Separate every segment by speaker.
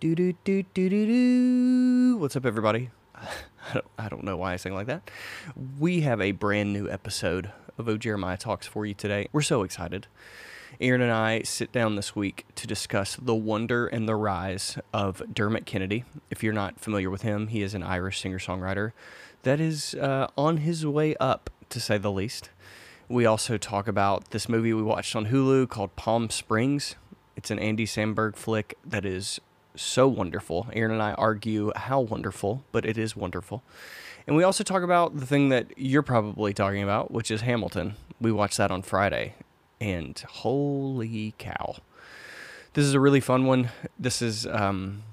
Speaker 1: Do do do do do do. What's up, everybody? I don't, I don't know why I sing like that. We have a brand new episode of Oh Jeremiah Talks for you today. We're so excited. Aaron and I sit down this week to discuss the wonder and the rise of Dermot Kennedy. If you're not familiar with him, he is an Irish singer songwriter that is uh, on his way up, to say the least. We also talk about this movie we watched on Hulu called Palm Springs. It's an Andy Samberg flick that is so wonderful. Aaron and I argue how wonderful, but it is wonderful. And we also talk about the thing that you're probably talking about, which is Hamilton. We watched that on Friday, and holy cow. This is a really fun one. This is um,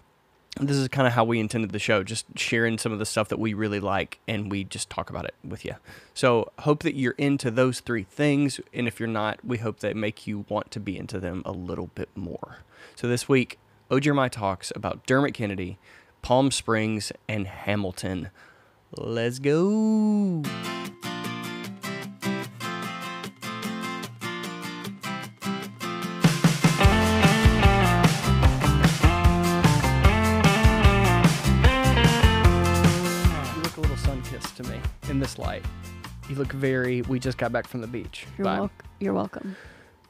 Speaker 1: this is kind of how we intended the show just sharing some of the stuff that we really like and we just talk about it with you so hope that you're into those three things and if you're not we hope they make you want to be into them a little bit more so this week ojermai talks about dermot kennedy palm springs and hamilton let's go you look a little sun-kissed to me in this light you look very we just got back from the beach
Speaker 2: You're,
Speaker 1: vibe.
Speaker 2: wel- you're welcome.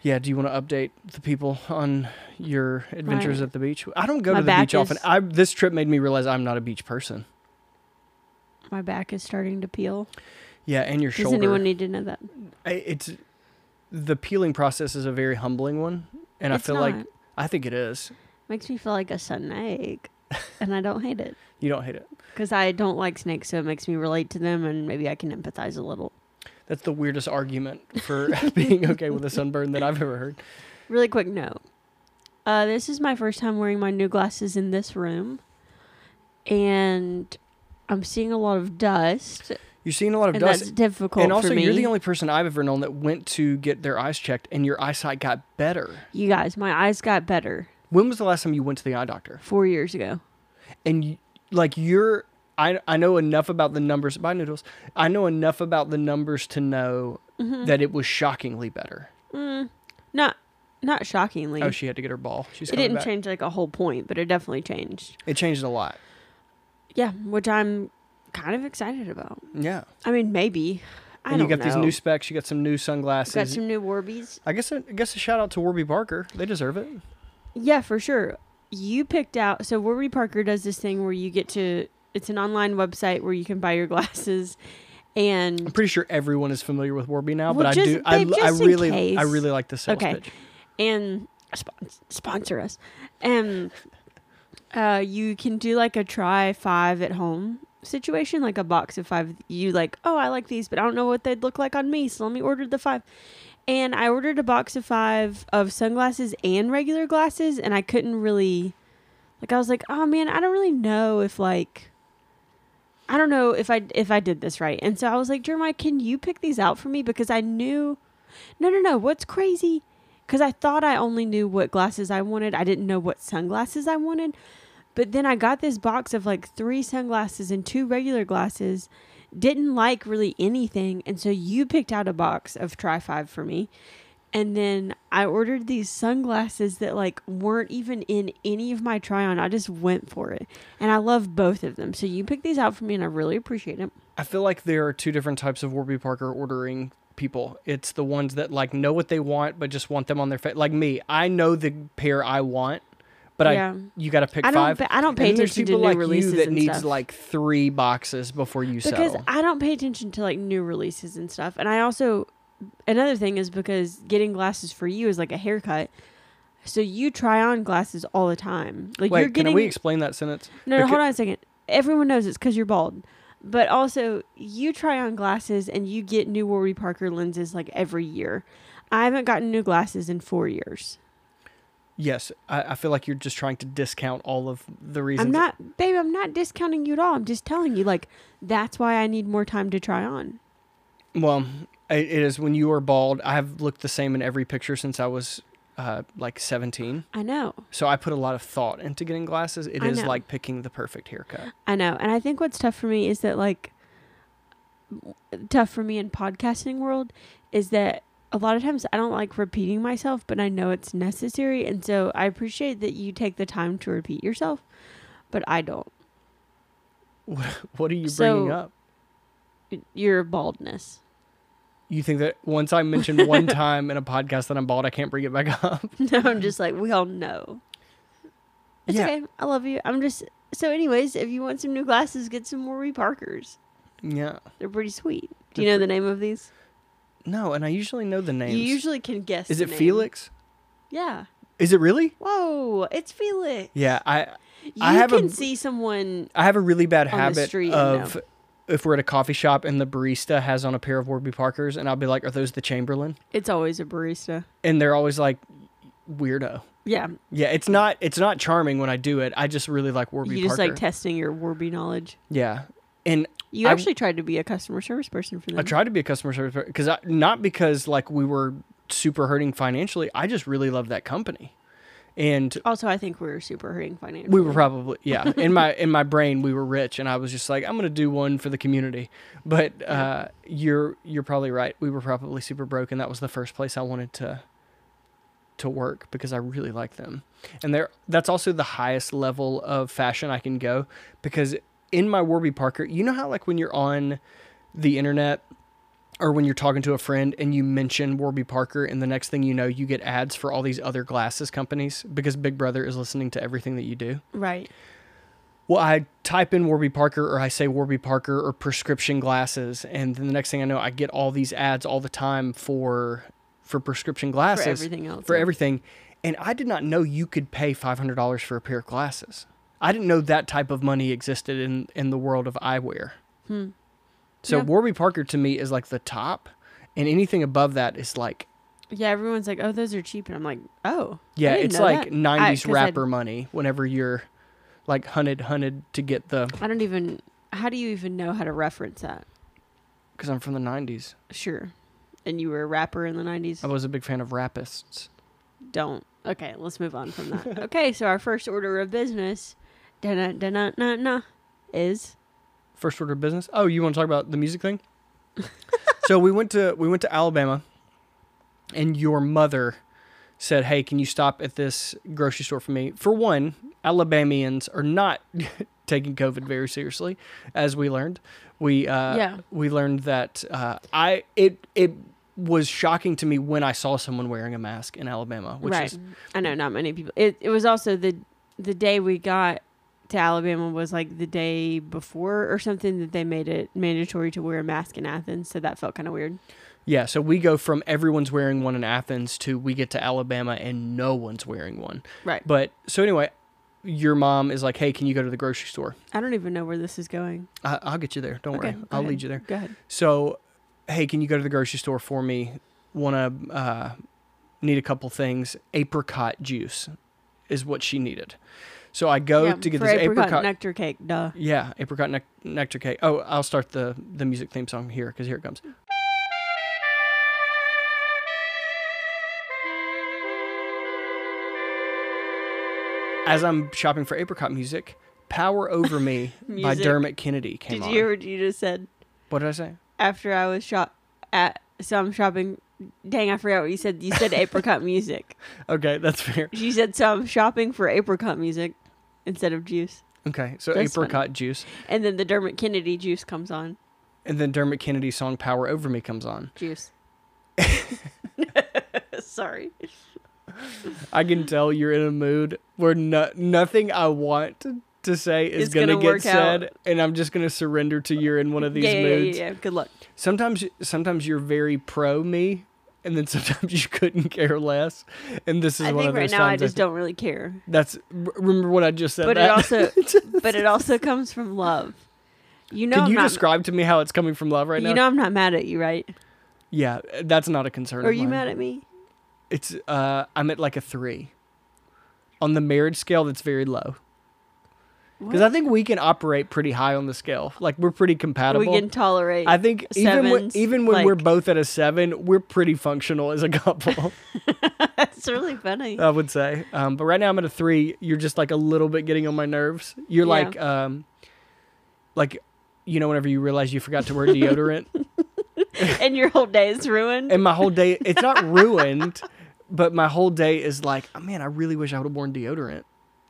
Speaker 1: Yeah, do you want to update the people on your adventures
Speaker 2: My-
Speaker 1: at the beach? I don't go
Speaker 2: my
Speaker 1: to the beach
Speaker 2: back
Speaker 1: often.
Speaker 2: is-
Speaker 1: I this trip made me realize I'm not a beach person.
Speaker 2: My back is starting to peel.
Speaker 1: Yeah, and your
Speaker 2: Does
Speaker 1: shoulder.
Speaker 2: anyone need to know that?
Speaker 1: I- it's the peeling process is a very humbling one, and I
Speaker 2: It's
Speaker 1: feel like
Speaker 2: not.
Speaker 1: I think it is.
Speaker 2: makes me feel like a snake, and I don't hate it
Speaker 1: You don't hate it.
Speaker 2: because I don't like snakes, so it makes me relate to them, and maybe I can empathize a little.
Speaker 1: That's the weirdest argument for being okay with a sunburn that I've ever heard.
Speaker 2: Really quick note: uh, this is my first time wearing my new glasses in this room, and I'm seeing a lot of dust,
Speaker 1: You're seeing a lot of
Speaker 2: and
Speaker 1: dust.
Speaker 2: that's difficult
Speaker 1: and also,
Speaker 2: for me.
Speaker 1: you're the only person I've ever known that went to get their eyes checked, and your eyesight got better.
Speaker 2: you guys, my eyes got better
Speaker 1: When was the last time you went to the eye doctor?
Speaker 2: four years ago.
Speaker 1: and you, like you're I, I know enough about the numbers by noodles i know enough about the numbers to know that it was shockingly better
Speaker 2: Mm-hmm. Mm. Not, not shockingly.
Speaker 1: oh she had to get her ball she's
Speaker 2: it
Speaker 1: coming
Speaker 2: didn't
Speaker 1: back.
Speaker 2: change like a whole point, but it definitely changed.
Speaker 1: it changed a lot
Speaker 2: Yeah, which I'm kind of excited about.
Speaker 1: yeah
Speaker 2: I mean, maybe. I
Speaker 1: and you
Speaker 2: don't
Speaker 1: got
Speaker 2: know.
Speaker 1: these new specs you got some new
Speaker 2: We've
Speaker 1: sunglasses
Speaker 2: got some new Warbies.
Speaker 1: i guess a, i guess a shout out to warby barker they deserve it
Speaker 2: Yeah, for sure. You picked out. So Warby Parker does this thing where you get to. It's an online website where you can buy your glasses,
Speaker 1: i'm
Speaker 2: and
Speaker 1: pretty sure everyone is familiar with warby now
Speaker 2: Well,
Speaker 1: but
Speaker 2: just-
Speaker 1: i do I,
Speaker 2: babe,
Speaker 1: l- I
Speaker 2: just in
Speaker 1: really i
Speaker 2: case.
Speaker 1: really like the sales
Speaker 2: Okay.
Speaker 1: pitch
Speaker 2: and spon- sponsor us, and uh, you can do like a try five at home situation, like a box of five. You like, oh, I like these, but I don't know what they'd look like on me, so let me order the five. And I ordered a box of five of sunglasses and regular glasses, and I couldn't really, like, I was like, oh man, I don't really know if like, I don't know if I if I did this right. And so I was like, Jeremiah, can you pick these out for me because I knew, no, no, no, what's crazy. Because I thought I only knew what glasses I wanted. I didn't know what sunglasses I wanted. But then I got this box of like three sunglasses and two regular glasses. Didn't like really anything. And so you picked out a box of Tri Five for me. And then I ordered these sunglasses that like weren't even in any of my try on. I just went for it. And I love both of them. So you picked these out for me and I really appreciate it.
Speaker 1: I feel like there are two different types of Warby Parker ordering people. It's the ones that like know what they want but just want them on their face. Like me, I know the pair I want, but
Speaker 2: Yeah.
Speaker 1: I you got to pick
Speaker 2: I don't
Speaker 1: five.
Speaker 2: pa- I don't pay
Speaker 1: and then there's
Speaker 2: attention to
Speaker 1: people
Speaker 2: new
Speaker 1: like
Speaker 2: releases
Speaker 1: you that
Speaker 2: and
Speaker 1: needs
Speaker 2: stuff.
Speaker 1: like three boxes before you
Speaker 2: because
Speaker 1: settle.
Speaker 2: I don't pay attention to like new releases and stuff. And I also another thing is because getting glasses for you is like a haircut. So you try on glasses all the time. Like
Speaker 1: Wait,
Speaker 2: you're getting
Speaker 1: can we uh, explain that sentence?
Speaker 2: No, no,
Speaker 1: Becau-
Speaker 2: hold on a second. Everyone knows it's cuz you're bald. But also you try on glasses and you get new Warby Parker lenses like every year. I haven't gotten new glasses in 4 years.
Speaker 1: Yes, I, I feel like you're just trying to discount all of the reasons.
Speaker 2: I'm not babe, I'm not discounting you at all. I'm just telling you like that's why I need more time to try on.
Speaker 1: Well, it, it is when you are bald. I have looked the same in every picture since I was uh, like 17.
Speaker 2: I know.
Speaker 1: So I put a lot of thought into getting glasses. It is
Speaker 2: I know.
Speaker 1: like picking the perfect haircut.
Speaker 2: I know, and I think what's tough for me is that like tough for me in podcasting world is that a lot of times I don't like repeating myself, but I know it's necessary. And so I appreciate that you take the time to repeat yourself, but I don't.
Speaker 1: What are you bringing
Speaker 2: So-
Speaker 1: up?
Speaker 2: Your baldness.
Speaker 1: You think that once I mentioned one time in a podcast that I'm bald, I can't bring it back up?
Speaker 2: No, I'm just like, we all know. It's
Speaker 1: Yeah.
Speaker 2: okay. I love you. I'm just. So, anyways, if you want some new glasses, get some Warby Parkers.
Speaker 1: Yeah.
Speaker 2: They're pretty sweet. Do you
Speaker 1: They're
Speaker 2: know the name of these?
Speaker 1: No, and I usually know the names.
Speaker 2: You usually can guess.
Speaker 1: Is
Speaker 2: the
Speaker 1: it
Speaker 2: name.
Speaker 1: Felix?
Speaker 2: Yeah.
Speaker 1: Is it really?
Speaker 2: Whoa, it's Felix.
Speaker 1: Yeah, I
Speaker 2: You
Speaker 1: I have a-
Speaker 2: can see someone.
Speaker 1: I have a really bad
Speaker 2: On the
Speaker 1: habit
Speaker 2: street,
Speaker 1: of
Speaker 2: no.
Speaker 1: if we're at a coffee shop and the barista has on a pair of Warby Parkers, and I'll be like, "Are those the Chamberlain?"
Speaker 2: It's always a barista.
Speaker 1: And they're always like, "Weirdo."
Speaker 2: Yeah.
Speaker 1: Yeah, it's not it's not charming when I do it. I just really like Warby
Speaker 2: Mm. you just
Speaker 1: Parker.
Speaker 2: like testing your Warby knowledge.
Speaker 1: yeah, and
Speaker 2: You
Speaker 1: I-
Speaker 2: actually tried to be a customer service person for them.
Speaker 1: I tried to be a customer service because not because like we were super hurting financially. I just really loved that company, and
Speaker 2: Also, I think we were super hurting financially.
Speaker 1: we were probably yeah in my in my brain we were rich, and I was just like I'm gonna do one for the community. But uh, you're you're probably right. We were probably super broke, and that was the first place I wanted to to work because I really like them, and they're that's also the highest level of fashion I can go because in my Warby Parker, you know how like when you're on the internet or when you're talking to a friend and you mention Warby Parker, and the next thing you know, you get ads for all these other glasses companies because Big Brother is listening to everything that you do.
Speaker 2: right.
Speaker 1: Well, I type in Warby Parker or I say Warby Parker or prescription glasses, and then the next thing I know, I get all these ads all the time for for prescription
Speaker 2: For
Speaker 1: glasses
Speaker 2: everything else.
Speaker 1: for everything. And I did not know you could pay five hundred dollars for a pair of glasses. I didn't know that type of money existed in in the world of eyewear.
Speaker 2: Hmm.
Speaker 1: So
Speaker 2: Yeah.
Speaker 1: Warby Parker to me is like the top, and anything above that is like
Speaker 2: Yeah, everyone's like, oh, those are cheap. And I'm like, oh. I
Speaker 1: yeah,
Speaker 2: didn't
Speaker 1: it's
Speaker 2: know
Speaker 1: like
Speaker 2: that. I-
Speaker 1: nineties
Speaker 2: 'cause I'd-
Speaker 1: rapper money. Whenever you're like hunted hunted to get the
Speaker 2: I don't even. How do you even know how to reference that?
Speaker 1: because I'm from the nineties.
Speaker 2: Sure. And you were a rapper in the 90s?
Speaker 1: I was a big fan of rapists.
Speaker 2: Don't. Okay, let's move on from that. okay, so our first order of business da na na na is.
Speaker 1: First order of business. Oh, you want to talk about the music thing? so we went to we went to Alabama, and your mother said, "Hey, can you stop at this grocery store for me?" For one, Alabamians are not taking COVID very seriously, as we learned. We uh,
Speaker 2: Yeah.
Speaker 1: we learned that uh, I it it was shocking to me when I saw someone wearing a mask in Alabama, which
Speaker 2: right.
Speaker 1: is
Speaker 2: I know not many people. It, it was also the the day we got to Alabama was like the day before or something that they made it mandatory to wear a mask in Athens, so that felt kind of weird.
Speaker 1: Yeah, so we go from everyone's wearing one in Athens to we get to Alabama and no one's wearing one.
Speaker 2: Right.
Speaker 1: But so anyway, your mom is like, "Hey, can you go to the grocery store?
Speaker 2: I don't even know where this is going.
Speaker 1: I- I'll get you there. Don't
Speaker 2: Okay,
Speaker 1: worry.
Speaker 2: go
Speaker 1: I'll
Speaker 2: ahead.
Speaker 1: lead you there."
Speaker 2: Go ahead.
Speaker 1: So, hey, can you go to the grocery store for me? Want to uh, need a couple things. Apricot juice is what she needed. So I go
Speaker 2: Yeah,
Speaker 1: to get
Speaker 2: for
Speaker 1: this
Speaker 2: apricot,
Speaker 1: apricot
Speaker 2: nectar cake, duh.
Speaker 1: yeah, apricot nec- nectar cake. Oh, I'll start the the music theme song here because here it comes. As I'm shopping for apricot music, "Power Over Me" by
Speaker 2: Music.
Speaker 1: Dermot Kennedy came
Speaker 2: Did
Speaker 1: on.
Speaker 2: you hear what you just said?
Speaker 1: what did I say?
Speaker 2: after I was shop at so I'm shopping. Dang, I forgot what you said. You said apricot music.
Speaker 1: Okay, that's fair.
Speaker 2: She said so I'm shopping for apricot music instead of juice.
Speaker 1: Okay, so
Speaker 2: That's funny.
Speaker 1: apricot juice,
Speaker 2: And then the Dermot Kennedy juice comes on.
Speaker 1: and then Dermot Kennedy's song "Power Over Me" comes on.
Speaker 2: Juice. Sorry.
Speaker 1: I can tell you're in a mood where no- nothing I want to say is
Speaker 2: It's
Speaker 1: going to
Speaker 2: gonna
Speaker 1: get
Speaker 2: work out.
Speaker 1: said, and I'm just going to surrender to you're in one of these
Speaker 2: yeah, yeah,
Speaker 1: moods.
Speaker 2: yeah, yeah. Good luck.
Speaker 1: Sometimes, sometimes you're very pro me, and then sometimes you couldn't care less. And this is
Speaker 2: I
Speaker 1: one
Speaker 2: think
Speaker 1: of
Speaker 2: right
Speaker 1: those
Speaker 2: now I
Speaker 1: times
Speaker 2: just
Speaker 1: think-
Speaker 2: don't really care.
Speaker 1: That's r- remember what I just said.
Speaker 2: But it
Speaker 1: that?
Speaker 2: also, but it also comes from love. You know,
Speaker 1: can
Speaker 2: I'm
Speaker 1: you
Speaker 2: not,
Speaker 1: describe to me how it's coming from love right now?
Speaker 2: you know, I'm not mad at you, right?
Speaker 1: yeah, that's not a concern.
Speaker 2: Are
Speaker 1: of
Speaker 2: you
Speaker 1: mine.
Speaker 2: mad at me?
Speaker 1: It's uh, I'm at like a three on the marriage scale. That's very low. Because I
Speaker 2: What?
Speaker 1: think we can operate pretty high on the scale. Like we're pretty compatible.
Speaker 2: we can tolerate.
Speaker 1: I think even when,
Speaker 2: sevens,
Speaker 1: even when we're
Speaker 2: like-
Speaker 1: both at a seven, we're pretty functional as a couple.
Speaker 2: That's really funny.
Speaker 1: I would say. Um, but right now I'm at a three. You're just like a little bit getting on my nerves. You're
Speaker 2: Yeah.
Speaker 1: like, um, like, you know, whenever you realize you forgot to wear deodorant,
Speaker 2: and your whole day is ruined.
Speaker 1: and my whole day it's not ruined but my whole day is like oh, man i really wish i would have worn deodorant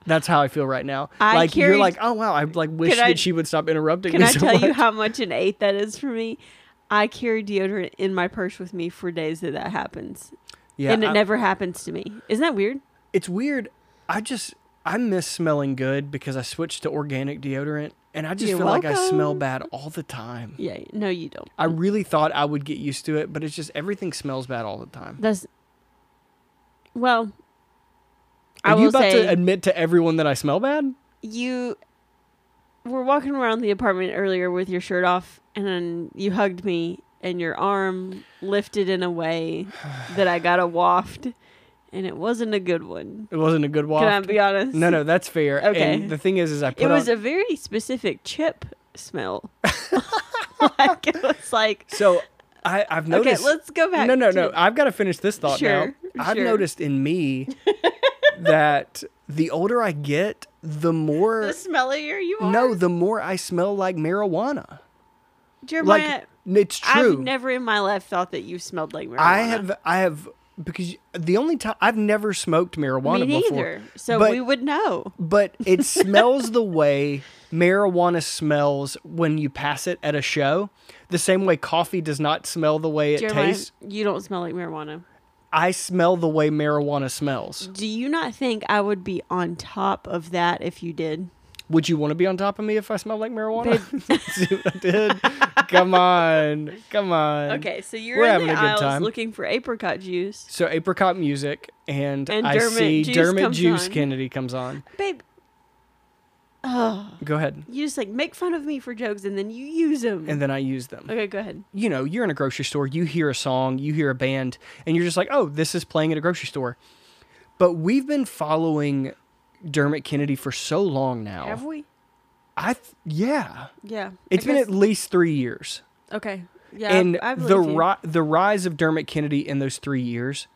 Speaker 1: that's how i feel right now
Speaker 2: I
Speaker 1: like you're
Speaker 2: carried-
Speaker 1: like oh wow i like wish
Speaker 2: Can I-
Speaker 1: that she would stop interrupting
Speaker 2: Can
Speaker 1: me
Speaker 2: I
Speaker 1: so
Speaker 2: tell you
Speaker 1: much.
Speaker 2: how much an eight that is for me? I carry deodorant in my purse with me for days that that happens,
Speaker 1: yeah
Speaker 2: and it
Speaker 1: I-
Speaker 2: never happens to me. Isn't that weird?
Speaker 1: it's weird i just i miss smelling good because i switched to organic deodorant and i just
Speaker 2: You're
Speaker 1: feel like i smell
Speaker 2: welcome.
Speaker 1: bad all the time
Speaker 2: Yeah. No, you don't.
Speaker 1: i really thought i would get used to it but it's just everything smells bad all the time
Speaker 2: That's well. I
Speaker 1: are
Speaker 2: will
Speaker 1: you about
Speaker 2: say
Speaker 1: to admit to everyone that i smell bad
Speaker 2: you were walking around the apartment earlier with your shirt off, and then you hugged me, and your arm lifted in a way that I got a waft, and it wasn't a good one.
Speaker 1: it wasn't a good waft
Speaker 2: Can I be honest?
Speaker 1: no no that's fair
Speaker 2: Okay.
Speaker 1: and the thing is is i put
Speaker 2: It was
Speaker 1: on-
Speaker 2: a very specific chip smell. like it was like
Speaker 1: So I, I've noticed.
Speaker 2: okay, let's go back.
Speaker 1: no, no,
Speaker 2: to-
Speaker 1: no. I've got to finish this thought
Speaker 2: Sure,
Speaker 1: now. I've
Speaker 2: sure.
Speaker 1: noticed in me that the older I get, the more
Speaker 2: The smellier you are.
Speaker 1: no, the more I smell like marijuana. Like
Speaker 2: Jeremiah.
Speaker 1: it's
Speaker 2: I've
Speaker 1: true.
Speaker 2: never in my life thought that you smelled like marijuana.
Speaker 1: I have I have because the only time I've never smoked marijuana
Speaker 2: me
Speaker 1: before,
Speaker 2: neither. So
Speaker 1: but-
Speaker 2: we would know.
Speaker 1: but it smells the way marijuana smells when you pass it at a show. The same way coffee does not smell the way it
Speaker 2: Jeremiah,
Speaker 1: tastes.
Speaker 2: you don't smell like marijuana.
Speaker 1: I smell the way marijuana smells.
Speaker 2: Do you not think I would be on top of that if you did?
Speaker 1: Would you want to be on top of me if I smelled like marijuana? See what I did? Come on, come on.
Speaker 2: Okay, so you're
Speaker 1: We're
Speaker 2: in
Speaker 1: having
Speaker 2: the
Speaker 1: a good
Speaker 2: aisles
Speaker 1: time.
Speaker 2: looking for apricot juice.
Speaker 1: So apricot music, and,
Speaker 2: And
Speaker 1: I
Speaker 2: Dermot
Speaker 1: see
Speaker 2: Juice
Speaker 1: Dermot
Speaker 2: comes
Speaker 1: Juice
Speaker 2: on.
Speaker 1: Kennedy comes on.
Speaker 2: Babe. Oh,
Speaker 1: Go ahead,
Speaker 2: you just like make fun of me for jokes and then you use them.
Speaker 1: and then I use them.
Speaker 2: okay, go ahead.
Speaker 1: You know, you're in a grocery store, you hear a song, you hear a band, and you're just like, "Oh, this is playing at a grocery store." But we've been following Dermot Kennedy for so long now.
Speaker 2: Have we?
Speaker 1: I th- yeah,
Speaker 2: Yeah.
Speaker 1: it's
Speaker 2: I
Speaker 1: been
Speaker 2: guess-
Speaker 1: at least three years.
Speaker 2: Okay. Yeah. I-
Speaker 1: and
Speaker 2: I
Speaker 1: the
Speaker 2: believe you.
Speaker 1: ri- the rise of Dermot Kennedy in those three years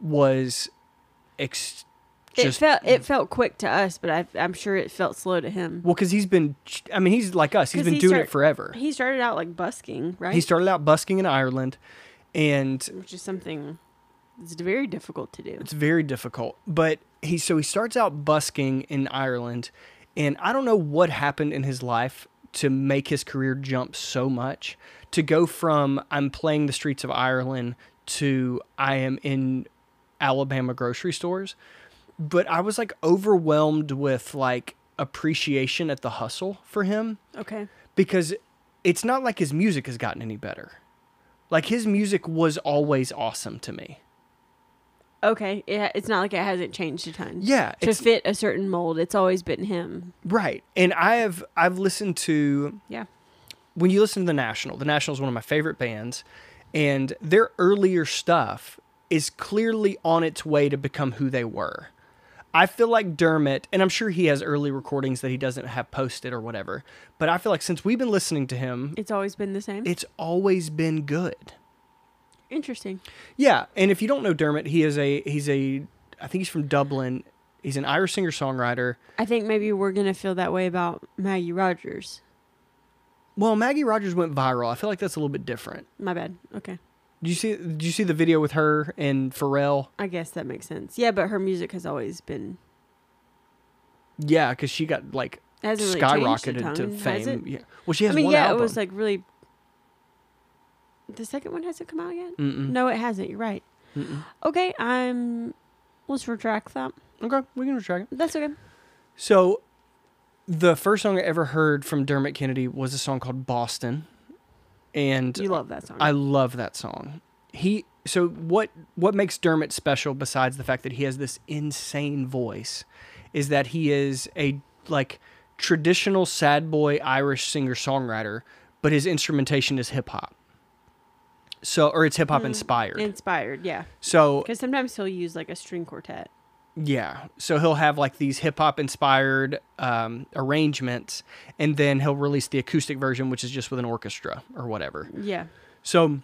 Speaker 1: was ex-
Speaker 2: It
Speaker 1: just
Speaker 2: felt it felt quick to us, but I, I'm sure it felt slow to him.
Speaker 1: well because he's been ch- I mean he's like us he's
Speaker 2: 'Cause
Speaker 1: been
Speaker 2: he
Speaker 1: doing
Speaker 2: start-
Speaker 1: it forever.
Speaker 2: He started out like busking, right?
Speaker 1: He started out busking in Ireland, and
Speaker 2: Which is something that's very difficult to do.
Speaker 1: it's very difficult. But he so he starts out busking in Ireland, and I don't know what happened in his life to make his career jump so much to go from I'm playing the streets of Ireland to I am in Alabama grocery stores. But I was like overwhelmed with like appreciation at the hustle for him
Speaker 2: Okay.
Speaker 1: because it's not like his music has gotten any better. Like his music was always awesome to me.
Speaker 2: Okay. It, it's not like it hasn't changed a ton.
Speaker 1: Yeah,
Speaker 2: To
Speaker 1: it's-
Speaker 2: fit a certain mold, it's always been him.
Speaker 1: Right. And I have I've listened to
Speaker 2: Yeah.
Speaker 1: when you listen to the National, the National is one of my favorite bands, and their earlier stuff is clearly on its way to become who they were. I feel like Dermot, and I'm sure he has early recordings that he doesn't have posted or whatever, but I feel like since we've been listening to him,
Speaker 2: It's always been the same.
Speaker 1: it's always been good.
Speaker 2: Interesting.
Speaker 1: Yeah, and if you don't know Dermot, he is a he's a I think he's from Dublin. He's an Irish singer songwriter.
Speaker 2: I think maybe we're gonna feel that way about Maggie Rogers.
Speaker 1: Well, Maggie Rogers went viral. I feel like that's a little bit different.
Speaker 2: My bad. Okay.
Speaker 1: Did you see did you see the video with her and Pharrell?
Speaker 2: I guess that makes sense. Yeah, but her music has always been
Speaker 1: Yeah, because she got like
Speaker 2: hasn't really changed a
Speaker 1: skyrocketed
Speaker 2: ton,
Speaker 1: to
Speaker 2: has
Speaker 1: fame.
Speaker 2: it?
Speaker 1: Yeah. Well, she has
Speaker 2: I mean,
Speaker 1: one
Speaker 2: yeah,
Speaker 1: album.
Speaker 2: it was like really. The second one hasn't come out yet.
Speaker 1: Mm-mm.
Speaker 2: No, it hasn't. You're right.
Speaker 1: Mm-mm.
Speaker 2: Okay, I'm. Let's retract that.
Speaker 1: Okay, we can retract it.
Speaker 2: That's okay.
Speaker 1: So, the first song I ever heard from Dermot Kennedy was a song called Boston, and
Speaker 2: You love that song.
Speaker 1: I love that song. He so what what makes Dermot special besides the fact that he has this insane voice is that he is a like traditional sad boy Irish singer songwriter, but his instrumentation is hip hop. So or it's hip hop inspired.
Speaker 2: Inspired, yeah.
Speaker 1: so
Speaker 2: Because sometimes he'll use like a string quartet.
Speaker 1: yeah. So he'll have like these hip hop inspired um, arrangements and then he'll release the acoustic version which is just with an orchestra or whatever.
Speaker 2: Yeah,
Speaker 1: So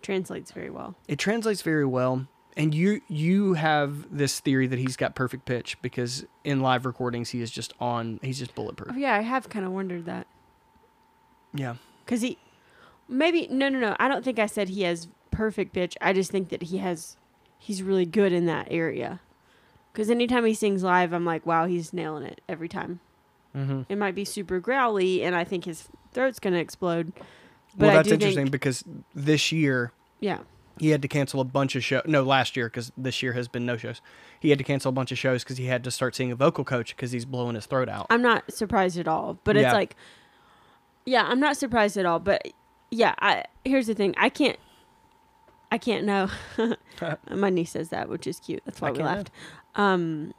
Speaker 2: translates very well.
Speaker 1: it translates very well and you you have this theory that he's got perfect pitch because in live recordings he is just on he's just
Speaker 2: Oh
Speaker 1: bulletproof
Speaker 2: yeah, I have kind of wondered that
Speaker 1: yeah
Speaker 2: because he, Maybe no, no, no. I don't think I said he has perfect pitch. I just think that he has, he's really good in that area. Because anytime he sings live, I'm like, wow, he's nailing it every time.
Speaker 1: Mm-hmm.
Speaker 2: It might be super growly, and I think his throat's gonna explode. But
Speaker 1: Well,
Speaker 2: I
Speaker 1: that's
Speaker 2: do
Speaker 1: interesting
Speaker 2: Think,
Speaker 1: because this year
Speaker 2: yeah,
Speaker 1: he had to cancel a bunch of shows. No, last year because this year has been no shows. He had to cancel a bunch of shows because he had to start seeing a vocal coach because he's blowing his throat out.
Speaker 2: I'm not surprised at all. But
Speaker 1: Yeah.
Speaker 2: it's like, yeah, I'm not surprised at all. But yeah, I here's the thing. I can't, I can't know. My niece says that, which is cute. That's why
Speaker 1: I
Speaker 2: we
Speaker 1: can't know.
Speaker 2: laughed. Um,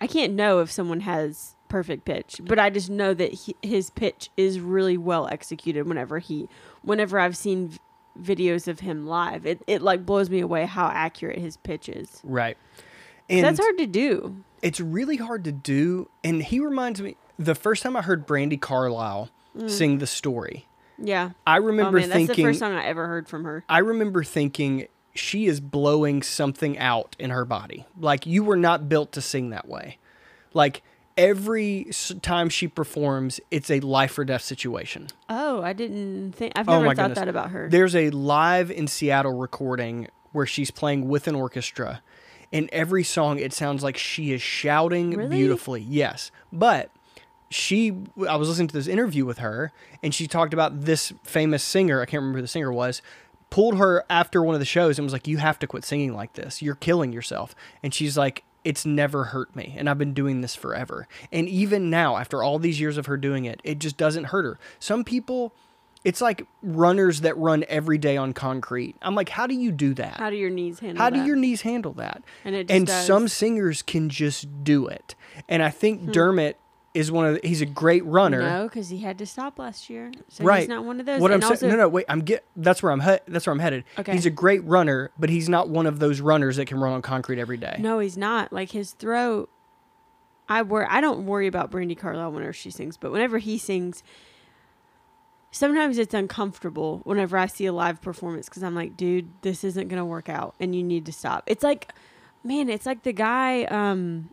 Speaker 2: I can't know if someone has perfect pitch, but I just know that he, his pitch is really well executed. Whenever he, whenever I've seen. v- videos of him live it, it like blows me away how accurate his pitch is
Speaker 1: Right. And
Speaker 2: That's hard to do.
Speaker 1: it's really hard to do. And he reminds me the first time I heard Brandy Carlisle sing the story,
Speaker 2: Yeah.
Speaker 1: I remember
Speaker 2: Mm. oh man, that's the
Speaker 1: thinking
Speaker 2: first song I ever heard from her.
Speaker 1: I remember thinking she is blowing something out in her body. Like you were not built to sing that way. Like every s- time she performs, it's a life or death situation.
Speaker 2: Oh, I didn't think I've
Speaker 1: Oh
Speaker 2: never
Speaker 1: my
Speaker 2: thought
Speaker 1: goodness.
Speaker 2: that about her.
Speaker 1: There's a live in Seattle recording where she's playing with an orchestra. In every song, it sounds like she is shouting
Speaker 2: Really?
Speaker 1: beautifully. Yes. But she, I was listening to this interview with her, and she talked about this famous singer. I can't remember who the singer was. Pulled her after one of the shows and was like, You have to quit singing like this. You're killing yourself. And she's like, It's never hurt me. And I've been doing this forever. And even now, after all these years of her doing it, it just doesn't hurt her. Some people, it's like runners that run every day on concrete. I'm like, How do you do that?
Speaker 2: How do your knees handle
Speaker 1: How do
Speaker 2: that?
Speaker 1: your knees handle that?
Speaker 2: And it just
Speaker 1: and
Speaker 2: does. Hmm.
Speaker 1: some singers can just do it. And I think Dermot is one of the, he's a great runner.
Speaker 2: No, because he had to stop last year, so
Speaker 1: right.
Speaker 2: he's not one of those.
Speaker 1: What
Speaker 2: and
Speaker 1: I'm
Speaker 2: also,
Speaker 1: saying, no, no, wait, I'm get that's where I'm he- that's where I'm headed.
Speaker 2: Okay.
Speaker 1: He's a great runner, but he's not one of those runners that can run on concrete every day.
Speaker 2: no, he's not. Like his throat, I wor- I don't worry about Brandy Carlisle whenever she sings, but whenever he sings, sometimes it's uncomfortable. Whenever I see a live performance, because I'm like, dude, this isn't gonna work out, and you need to stop. It's like, man, it's like the guy, um,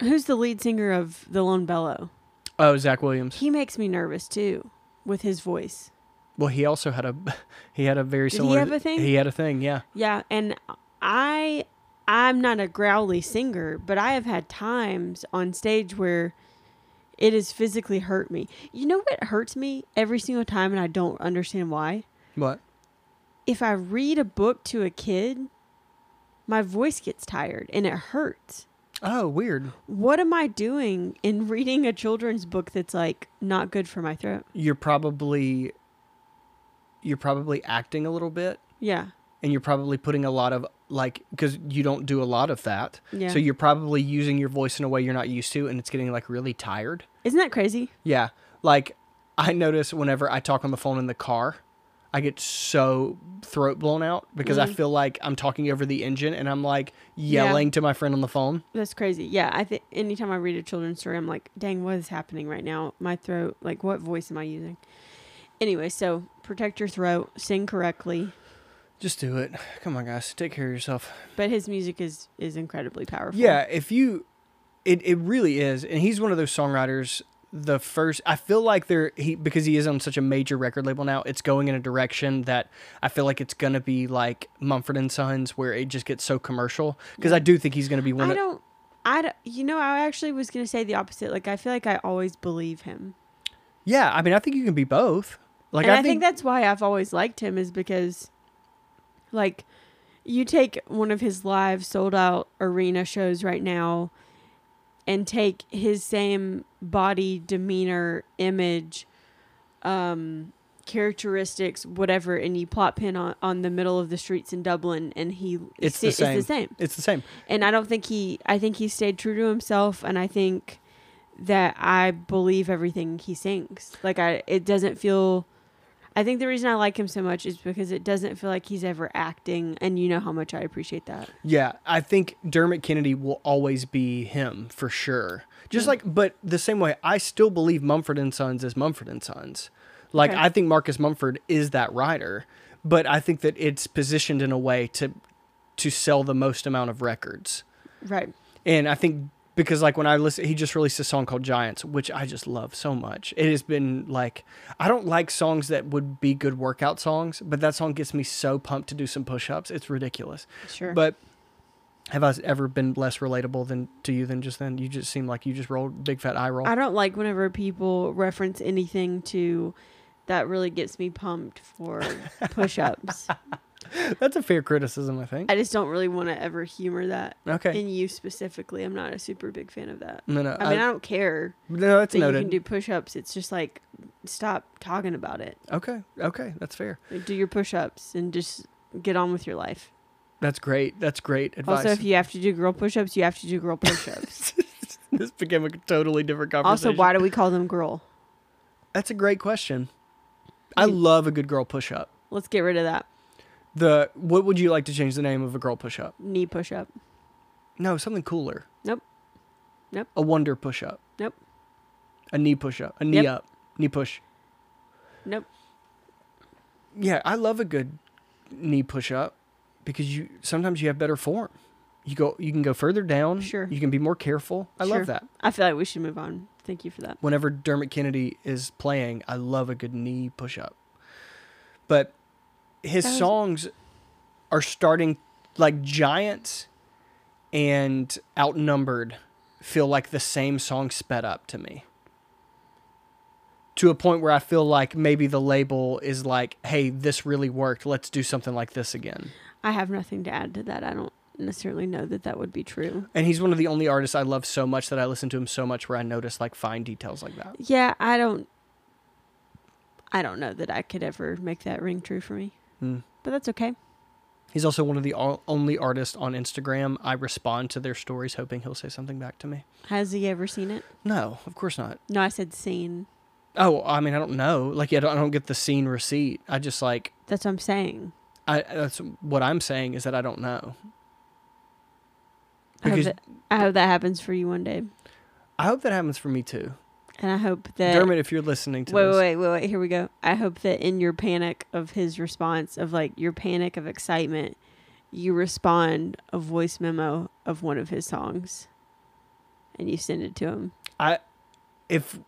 Speaker 2: who's the lead singer of the Lone Bellow.
Speaker 1: Oh, Zach Williams.
Speaker 2: He makes me nervous too with his voice.
Speaker 1: Well, he also had a he had a very
Speaker 2: Did he
Speaker 1: similar
Speaker 2: have a thing?
Speaker 1: He had a thing, yeah.
Speaker 2: Yeah, and I I'm not a growly singer, but I have had times on stage where it has physically hurt me. You know what hurts me every single time and I don't understand why?
Speaker 1: What?
Speaker 2: If I read a book to a kid, my voice gets tired and it hurts.
Speaker 1: Oh, weird.
Speaker 2: What am I doing in reading a children's book that's like not good for my throat?
Speaker 1: You're probably you're probably acting a little bit.
Speaker 2: Yeah.
Speaker 1: and you're probably putting a lot of like because you don't do a lot of that
Speaker 2: Yeah.
Speaker 1: so you're probably using your voice in a way you're not used to and it's getting like really tired
Speaker 2: Isn't that crazy?
Speaker 1: yeah like i notice whenever i talk on the phone in the car i get so throat blown out because i feel like i'm talking over the engine and i'm like
Speaker 2: Mm. Yeah.
Speaker 1: yelling to my friend on the phone
Speaker 2: That's crazy. Yeah, I think anytime I read a children's story, I'm like, dang, what is happening right now? My throat, like, what voice am I using? Anyway, so protect your throat, sing correctly.
Speaker 1: just do it come on guys take care of yourself
Speaker 2: But his music is is incredibly powerful.
Speaker 1: Yeah, if you, it it really is, and he's one of those songwriters. The first, I feel like they're he because he is on such a major record label now. It's going in a direction that I feel like it's gonna be like Mumford and Sons, where it just gets so commercial. Because I do think he's gonna be one.
Speaker 2: I
Speaker 1: Of,
Speaker 2: don't, I don't, you know, I actually was gonna say the opposite. Like, I feel like I always believe him,
Speaker 1: yeah, I mean, I think you can be both. Like
Speaker 2: and
Speaker 1: I,
Speaker 2: I, think, that's why I've always liked him is because, like, you take one of his live sold out arena shows right now, and take his same body demeanor image um characteristics whatever and you plot pin on, on the middle of the streets in dublin and he
Speaker 1: It's the
Speaker 2: si- is the
Speaker 1: same.
Speaker 2: same
Speaker 1: it's the same.
Speaker 2: and i don't think he i think he stayed true to himself and i think that i believe everything he sings like i it doesn't feel i think the reason i like him so much is because it doesn't feel like he's ever acting and you know how much i appreciate that
Speaker 1: Yeah, I think Dermot Kennedy will always be him for sure. Just like, but the same way, I still believe Mumford and Sons is Mumford and Sons. Like,
Speaker 2: Okay.
Speaker 1: I think Marcus Mumford is that writer, but I think that it's positioned in a way to to sell the most amount of records.
Speaker 2: right
Speaker 1: And I think because like when I listen, he just released a song called Giants, which I just love so much. It has been like I don't like songs that would be good workout songs, but that song gets me so pumped to do some push-ups. It's ridiculous.
Speaker 2: Sure.
Speaker 1: But have I ever been less relatable than to you than just then? You just seem like you just rolled big fat eye roll.
Speaker 2: I don't like whenever people reference anything to that really gets me pumped for push ups.
Speaker 1: That's a fair criticism, I think.
Speaker 2: I just don't really want to ever humor that.
Speaker 1: okay.
Speaker 2: And you specifically, I'm not a super big fan of that.
Speaker 1: No, no.
Speaker 2: I mean, I, don't care
Speaker 1: no, that's
Speaker 2: that you can
Speaker 1: noted.
Speaker 2: do push ups. It's just like, stop talking about it.
Speaker 1: okay. Okay. That's fair.
Speaker 2: Do your push ups and just get on with your life.
Speaker 1: That's great. That's great advice.
Speaker 2: Also, if you have to do girl push ups, you have to do girl push ups.
Speaker 1: this became a totally different conversation.
Speaker 2: also, why do we call them girl?
Speaker 1: That's a great question. I
Speaker 2: You-
Speaker 1: love a good girl push up.
Speaker 2: Let's get rid of that.
Speaker 1: The what would you like to change the name of a girl push up?
Speaker 2: Knee push up.
Speaker 1: No, something cooler.
Speaker 2: Nope. Nope.
Speaker 1: A wonder push up.
Speaker 2: Nope.
Speaker 1: A knee push up. A knee
Speaker 2: Yep.
Speaker 1: up. Knee push.
Speaker 2: Nope.
Speaker 1: Yeah, I love a good knee push up because you sometimes you have better form. You go you can go further down.
Speaker 2: Sure.
Speaker 1: You can be more careful. I
Speaker 2: Sure.
Speaker 1: love that.
Speaker 2: I feel like we should move on. Thank you for that.
Speaker 1: whenever Dermot Kennedy is playing, I love a good knee push up. But his
Speaker 2: That was-
Speaker 1: songs are starting like Giants and Outnumbered feel like the same song sped up to me. To a point where I feel like maybe the label is like, hey, this really worked. Let's do something like this again.
Speaker 2: I have nothing to add to that. I don't necessarily know that that would be true.
Speaker 1: And he's one of the only artists I love so much that I listen to him so much where I notice like fine details like that.
Speaker 2: Yeah, I don't. I don't know that I could ever make that ring true for me,
Speaker 1: Hmm.
Speaker 2: but that's okay.
Speaker 1: He's also one of the o- only artists on Instagram I respond to their stories hoping he'll say something back to me.
Speaker 2: Has he ever seen it?
Speaker 1: No, of course not.
Speaker 2: No, I said seen.
Speaker 1: Oh, I mean, I don't know. Like, yeah, I don't, I don't get the scene receipt. I just like,
Speaker 2: That's what I'm saying.
Speaker 1: I that's what I'm saying is that I don't know.
Speaker 2: I hope,
Speaker 1: Because-
Speaker 2: that, I hope that happens for you one day,
Speaker 1: I hope that happens for me too,
Speaker 2: and I hope that.
Speaker 1: Dermot. If you're listening to
Speaker 2: wait,
Speaker 1: this,
Speaker 2: wait, wait, wait, wait. Here we go. I hope that in your panic of his response, of like your panic of excitement, you respond a voice memo of one of his songs, and you send it to him.
Speaker 1: I if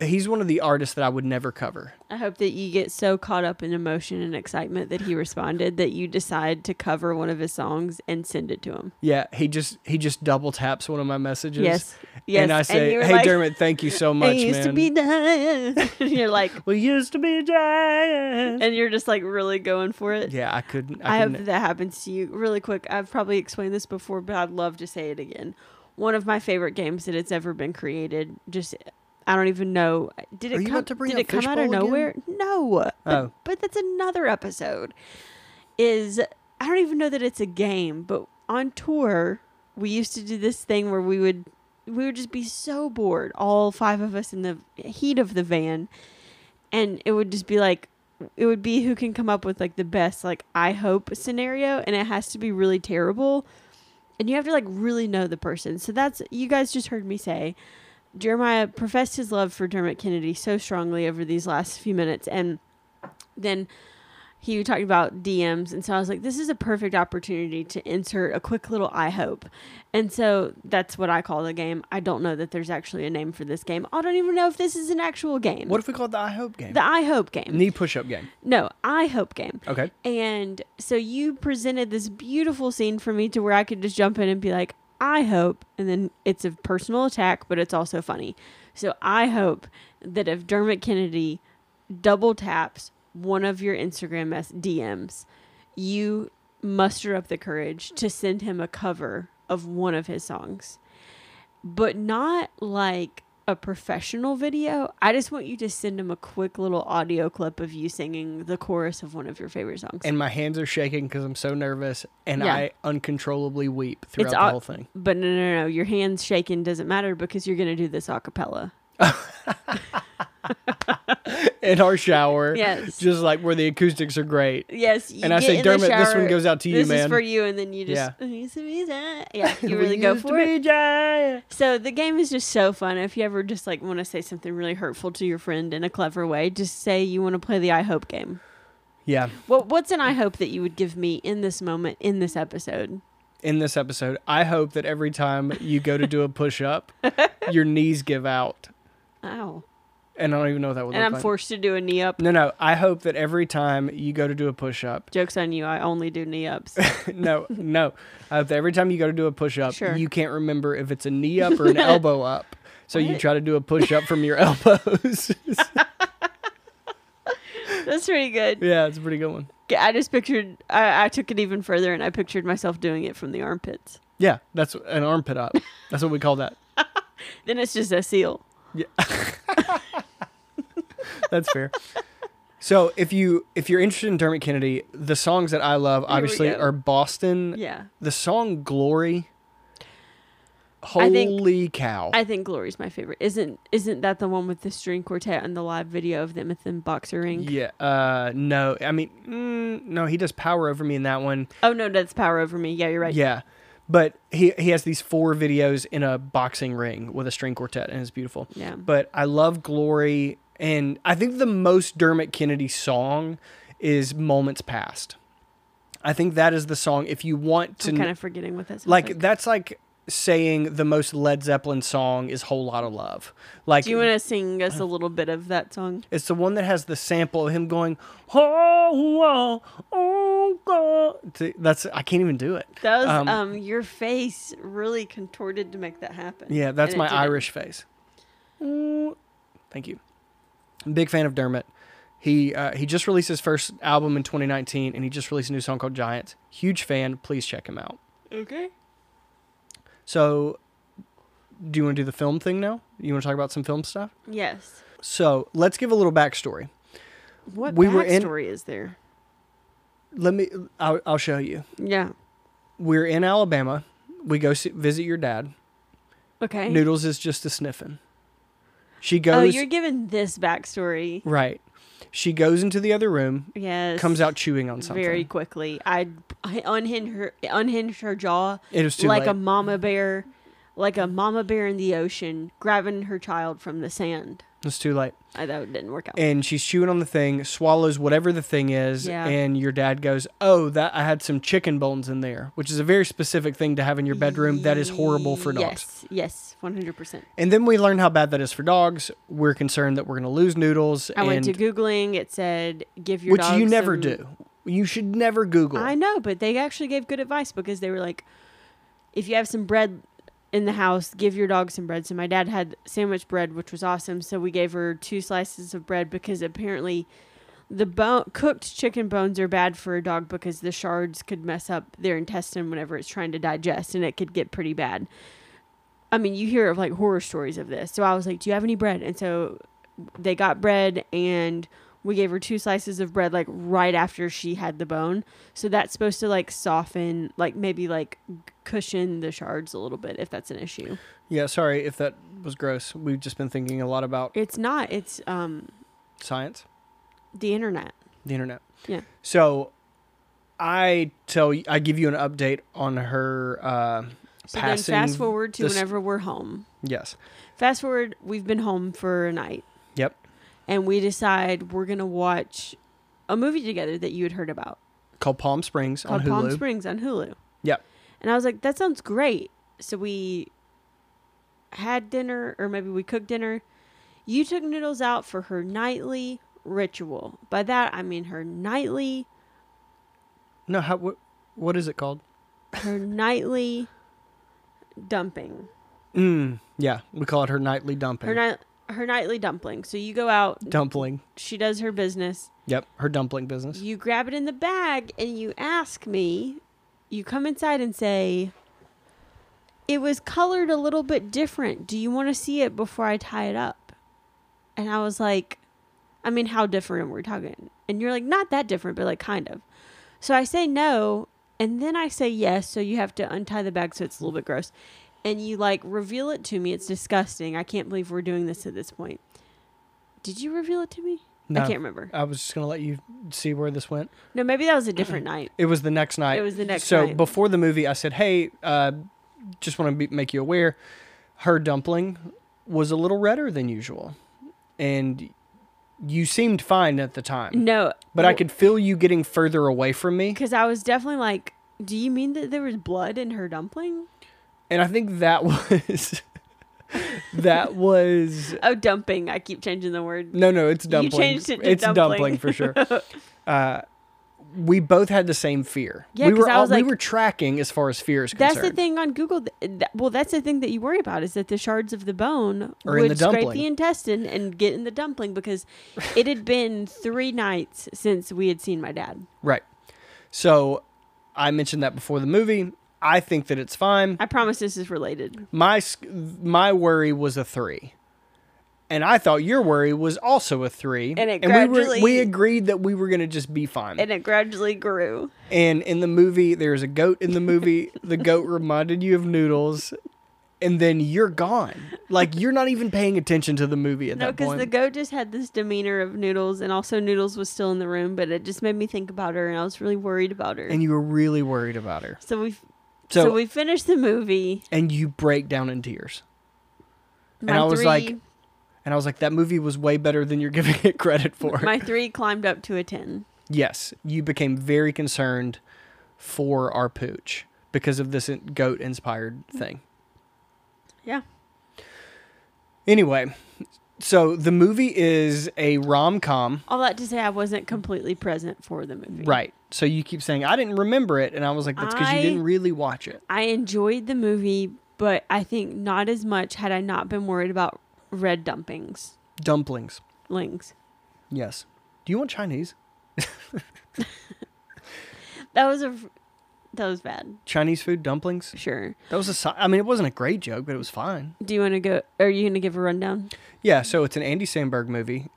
Speaker 1: he's one of the artists that I would never cover.
Speaker 2: I hope that you get so caught up in emotion and excitement that he responded that you decide to cover one of his songs and send it to him.
Speaker 1: Yeah, he just he just double taps one of my messages.
Speaker 2: yes, yes.
Speaker 1: and I say,
Speaker 2: you're
Speaker 1: "Hey,
Speaker 2: like,
Speaker 1: Dermot, thank you so much,
Speaker 2: I used
Speaker 1: man.
Speaker 2: to be nice. and you're like,
Speaker 1: we used to be giants."
Speaker 2: and you're just like really going for it.
Speaker 1: Yeah, I couldn't. I,
Speaker 2: I
Speaker 1: couldn't
Speaker 2: hope that happens to you really quick. I've probably explained this before, but I'd love to say it again. One of my favorite games that it's ever been creted. Just I don't even know. Did
Speaker 1: Are
Speaker 2: it
Speaker 1: you
Speaker 2: come?
Speaker 1: about to bring
Speaker 2: Did
Speaker 1: up
Speaker 2: it come out of
Speaker 1: Fishbowl again?
Speaker 2: nowhere? No. But,
Speaker 1: Oh.
Speaker 2: but that's another episode. Is I don't even know that it's a game, but on tour we used to do this thing where we would we would just be so bored, all five of us in the heat of the van, and it would just be like it would be who can come up with like the best like I hope scenario and it has to be really terrible. And you have to like really know the person. So that's you guys just heard me say Jeremiah professed his love for Dermot Kennedy so strongly over these last few minutes and then he talked about DMs and so I was like this is a perfect opportunity to insert a quick little I hope. And so that's what I call the game. I don't know that there's actually a name for this game. I don't even know if this is an actual game.
Speaker 1: What if we call it the I hope game?
Speaker 2: the I hope game.
Speaker 1: Knee push up game.
Speaker 2: No, I hope game.
Speaker 1: Okay.
Speaker 2: And so you presented this beautiful scene for me to where I could just jump in and be like, I hope, and then it's a personal attack, but it's also funny. So I hope that if Dermot Kennedy double taps one of your Instagram mes- DMs, you muster up the courage to send him a cover of one of his songs, but not like a professional video. I just want you to send him a quick little audio clip of you singing the chorus of one of your favorite songs.
Speaker 1: And my hands are shaking because I'm so nervous, and
Speaker 2: Yeah.
Speaker 1: I uncontrollably weep throughout the
Speaker 2: au-
Speaker 1: whole thing.
Speaker 2: But no, no, no, your hands shaking doesn't matter because you're gonna do this a cappella.
Speaker 1: In our shower,
Speaker 2: Yes.
Speaker 1: just like where the acoustics are great.
Speaker 2: Yes, you
Speaker 1: And I
Speaker 2: get
Speaker 1: say,
Speaker 2: in the
Speaker 1: Dermot, this
Speaker 2: shower,
Speaker 1: one goes out to you,
Speaker 2: this
Speaker 1: man.
Speaker 2: is for you, and then you just "Oh, yeah, you really go for it. So the game is just so fun. If you ever just like want to say something really hurtful to your friend in a clever way, just say you want to play the I hope game.
Speaker 1: Yeah.
Speaker 2: What what's an I hope that you would give me in this moment in this episode?
Speaker 1: in this episode. I hope that every time you go to do a push up, your knees give out.
Speaker 2: Ow.
Speaker 1: And I don't even know what that would
Speaker 2: And
Speaker 1: look
Speaker 2: I'm
Speaker 1: like.
Speaker 2: forced to do a knee up.
Speaker 1: no, no. I hope that every time you go to do a push up,
Speaker 2: Joke's on you. I only do knee ups.
Speaker 1: no, no. I hope that every time you go to do a push up,
Speaker 2: Sure.
Speaker 1: you can't remember if it's a knee up or an elbow up. So you
Speaker 2: What?
Speaker 1: try to do a push up from your elbows.
Speaker 2: That's pretty good.
Speaker 1: yeah, it's a pretty good one.
Speaker 2: I just pictured, I, I took it even further and I pictured myself doing it from the armpits.
Speaker 1: Yeah, that's an armpit up. That's what we call that.
Speaker 2: Then it's just a seal.
Speaker 1: That's fair. So if you if you're interested in Dermot Kennedy, the songs that I love
Speaker 2: we
Speaker 1: obviously
Speaker 2: go.
Speaker 1: are Boston.
Speaker 2: Yeah.
Speaker 1: The song Glory.
Speaker 2: I think-
Speaker 1: Holy cow.
Speaker 2: I think Glory's my favorite. Isn't isn't that the one with the string quartet and the live video of them at the boxer ring?
Speaker 1: yeah. Uh no. I mean, mm, no, he does power over me in that one.
Speaker 2: Oh no, that's Power Over Me. Yeah, you're right.
Speaker 1: Yeah. But he he has these four videos in a boxing ring with a string quartet and it's beautiful.
Speaker 2: Yeah.
Speaker 1: But I love Glory and I think the most Dermot Kennedy song is Moments Past. I think that is the song if you want to
Speaker 2: I'm kind of forgetting what that's
Speaker 1: like that's like saying the most Led Zeppelin song is Whole Lot of Love. Like
Speaker 2: Do you want to sing us a little bit of that song?
Speaker 1: it's the one that has the sample of him going, oh, oh, oh, God." T- That's I can't even do it.
Speaker 2: That was um,
Speaker 1: Um,
Speaker 2: your face really contorted to make that happen.
Speaker 1: Yeah, that's
Speaker 2: And it
Speaker 1: my
Speaker 2: didn't.
Speaker 1: Irish face. Mm, Thank you. I'm a big fan of Dermot. He uh, he just released his first album in 2019, and he just released a new song called Giants. Huge fan. Please check him out.
Speaker 2: Okay.
Speaker 1: So, do you want to do the film thing now? You want to talk about some film stuff?
Speaker 2: Yes.
Speaker 1: So let's give a little backstory.
Speaker 2: What
Speaker 1: We
Speaker 2: we
Speaker 1: were in-
Speaker 2: backstory is there?
Speaker 1: Let me. I'll, I'll show you.
Speaker 2: Yeah.
Speaker 1: We're in Alabama. We go see, visit your dad.
Speaker 2: Okay.
Speaker 1: Noodles is just a sniffing. She
Speaker 2: oh,
Speaker 1: goes
Speaker 2: you're given this backstory.
Speaker 1: right. She goes into the other room
Speaker 2: Yes.
Speaker 1: comes out chewing on something.
Speaker 2: very quickly. I, I unhinged her, unhinged her jaw
Speaker 1: It was too
Speaker 2: like
Speaker 1: late.
Speaker 2: a mama bear, like a mama bear in the ocean, grabbing her child from the sand.
Speaker 1: it's too late.
Speaker 2: I, that didn't work out.
Speaker 1: And she's chewing on the thing, swallows whatever the thing is,
Speaker 2: Yeah.
Speaker 1: and your dad goes, "Oh, that I had some chicken bones in there," which is a very specific thing to have in your bedroom. That is horrible for dogs.
Speaker 2: Yes, yes, one hundred percent.
Speaker 1: And then we learn how bad that is for dogs. We're concerned that we're going to lose Noodles,
Speaker 2: I
Speaker 1: and
Speaker 2: went to googling. It said give your
Speaker 1: which
Speaker 2: dog
Speaker 1: you never
Speaker 2: some-
Speaker 1: do. You should never Google.
Speaker 2: I know, but they actually gave good advice because they were like, if you have some bread in the house, give your dog some bread. So my dad had sandwich bread, which was awesome. So we gave her two slices of bread because apparently the bone cooked chicken bones are bad for a dog because the shards could mess up their intestine whenever it's trying to digest and it could get pretty bad. I mean, you hear of like horror stories of this. So I was like, "Do you have any bread?" And so they got bread and we gave her two slices of bread like right after she had the bone. So that's supposed to like soften, like maybe like cushion the shards a little bit if that's an issue.
Speaker 1: yeah, sorry if that was gross. We've just been thinking a lot about
Speaker 2: It's not. It's um
Speaker 1: science.
Speaker 2: the internet.
Speaker 1: the internet.
Speaker 2: Yeah.
Speaker 1: So I tell you, I give you an update on her uh,
Speaker 2: So
Speaker 1: passing.
Speaker 2: then fast forward to
Speaker 1: this-
Speaker 2: whenever we're home.
Speaker 1: Yes.
Speaker 2: Fast forward, we've been home for a night
Speaker 1: Yep.
Speaker 2: and we decide we're going to watch a movie together that you had heard about
Speaker 1: Called Palm Springs
Speaker 2: called
Speaker 1: on Hulu.
Speaker 2: Palm Springs on Hulu.
Speaker 1: Yep.
Speaker 2: And I was like, that sounds great. So we had dinner, or maybe we cooked dinner. You took Noodles out for her nightly ritual. By that, I mean her nightly,
Speaker 1: No, how what, what is it called?
Speaker 2: her nightly dumping.
Speaker 1: Mm, yeah, we call it her nightly dumping.
Speaker 2: Her night, her nightly dumpling. So you go out,
Speaker 1: dumpling.
Speaker 2: she does her business.
Speaker 1: Yep, her dumpling business.
Speaker 2: You grab it in the bag and you ask me, you come inside and say, It was colored a little bit different. Do you want to see it before I tie it up? And I was like, I mean, how different we're talking? And you're like, Not that different, but like kind of. So I say no. And then I say yes. So you have to untie the bag. So it's a little bit gross. And you like reveal it to me. It's disgusting. I can't believe we're doing this at this point. Did you reveal it to me?
Speaker 1: No.
Speaker 2: I can't remember.
Speaker 1: I was just gonna let you see where this went.
Speaker 2: No, maybe that was a different night.
Speaker 1: It was the next night.
Speaker 2: It was the next
Speaker 1: so
Speaker 2: night.
Speaker 1: before the movie, I said, "Hey, uh, just want to be- make you aware, her dumpling was a little redder than usual, and you seemed fine at the time,
Speaker 2: No,
Speaker 1: but I could feel you getting further away from me."
Speaker 2: because I was definitely like, Do you mean that there was blood in her dumpling?
Speaker 1: And I think that was that was
Speaker 2: Oh, dumping. I keep changing the word.
Speaker 1: no, no, it's
Speaker 2: You
Speaker 1: dumpling.
Speaker 2: changed it to
Speaker 1: it's
Speaker 2: dumpling.
Speaker 1: for sure. Uh, we both had the same fear.
Speaker 2: Yeah,
Speaker 1: we
Speaker 2: 'cause
Speaker 1: were
Speaker 2: I
Speaker 1: all-
Speaker 2: was
Speaker 1: we
Speaker 2: like-
Speaker 1: were tracking as far as fear is
Speaker 2: That's
Speaker 1: concerned.
Speaker 2: the thing on Google. th- th- well, that's the thing that you worry about is that the shards of the bone
Speaker 1: Are in
Speaker 2: would
Speaker 1: the
Speaker 2: scrape
Speaker 1: dumpling.
Speaker 2: the intestine and get in the dumpling because it had been three nights since we had seen my dad.
Speaker 1: Right. So I mentioned that before the movie. I think that it's fine.
Speaker 2: I promise this is related.
Speaker 1: My sc- my worry was a 3. And I thought your worry was also a 3.
Speaker 2: And it
Speaker 1: we
Speaker 2: gradually-
Speaker 1: were, we agreed that we were going to just be fine.
Speaker 2: And it gradually grew.
Speaker 1: And in the movie, there's a goat in the movie. the goat reminded you of noodles. And then you're gone. Like you're not even paying attention to the movie at
Speaker 2: No,
Speaker 1: that
Speaker 2: because
Speaker 1: point.
Speaker 2: the goat just had this demeanor of Noodles, and also Noodles was still in the room, but it just made me think about her, and I was really worried about her.
Speaker 1: and you were really worried about her.
Speaker 2: so we, so,
Speaker 1: So,
Speaker 2: we finished the movie.
Speaker 1: and you break down in tears.
Speaker 2: My
Speaker 1: I was
Speaker 2: three,
Speaker 1: like, And I was like, that movie was way better than you're giving it credit for.
Speaker 2: my three climbed up to a ten.
Speaker 1: yes, you became very concerned for our pooch because of this goat inspired thing.
Speaker 2: Mm. Yeah,
Speaker 1: Anyway, so the movie is a rom com.
Speaker 2: all that to say, I wasn't completely present for the movie.
Speaker 1: Right. So you keep saying, I didn't remember it. And I was like, that's because
Speaker 2: I-
Speaker 1: you didn't really watch it.
Speaker 2: I enjoyed the movie, but I think not as much had I not been worried about red dumpings,
Speaker 1: Dumplings.
Speaker 2: lings.
Speaker 1: Yes. Do you want Chinese?
Speaker 2: That was a, f- that was bad.
Speaker 1: Chinese food dumplings?
Speaker 2: Sure.
Speaker 1: That was a si- I mean, it wasn't a great joke, but it was fine.
Speaker 2: Do you want to go? Are you going to give a rundown?
Speaker 1: Yeah, so it's an Andy Samberg movie.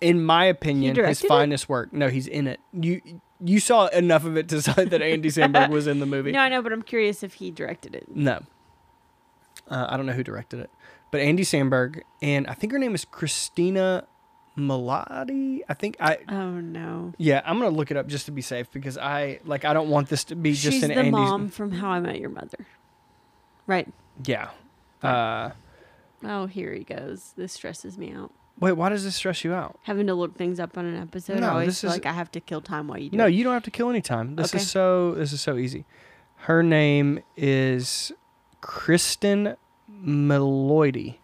Speaker 1: In my opinion, his
Speaker 2: directed it?
Speaker 1: finest work. No, he's in it. You you saw enough of it to say that Andy Samberg was in the movie.
Speaker 2: No, I know, but I'm curious if he directed it.
Speaker 1: No. Uh, I don't know who directed it, but Andy Samberg and I think her name is Christina Malati. I think I
Speaker 2: Oh no.
Speaker 1: yeah I'm gonna look it up just to be safe because I like I don't want this to be just
Speaker 2: She's
Speaker 1: an
Speaker 2: the
Speaker 1: Andy's
Speaker 2: mom from How I Met Your Mother. Right.
Speaker 1: yeah. Uh,
Speaker 2: Oh, here he goes. This stresses me out.
Speaker 1: wait, why does this stress you out?
Speaker 2: Having to look things up on an episode,
Speaker 1: No,
Speaker 2: I always
Speaker 1: this
Speaker 2: feel
Speaker 1: is-
Speaker 2: like I have to kill time while you do
Speaker 1: No,
Speaker 2: it.
Speaker 1: you don't have to kill any time. This
Speaker 2: Okay.
Speaker 1: is so this is so easy. Her name is Kristen Melotti.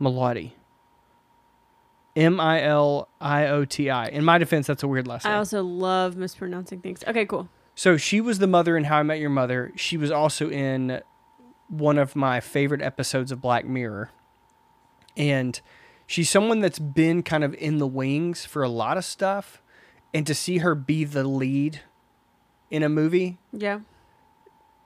Speaker 1: Melotti. M I L I O T I. In my defense, that's a weird last
Speaker 2: I
Speaker 1: name.
Speaker 2: also love mispronouncing things. Okay, cool.
Speaker 1: So she was the mother in How I Met Your Mother. She was also in one of my favorite episodes of Black Mirror. And she's someone that's been kind of in the wings for a lot of stuff. And to see her be the lead in a movie
Speaker 2: Yeah.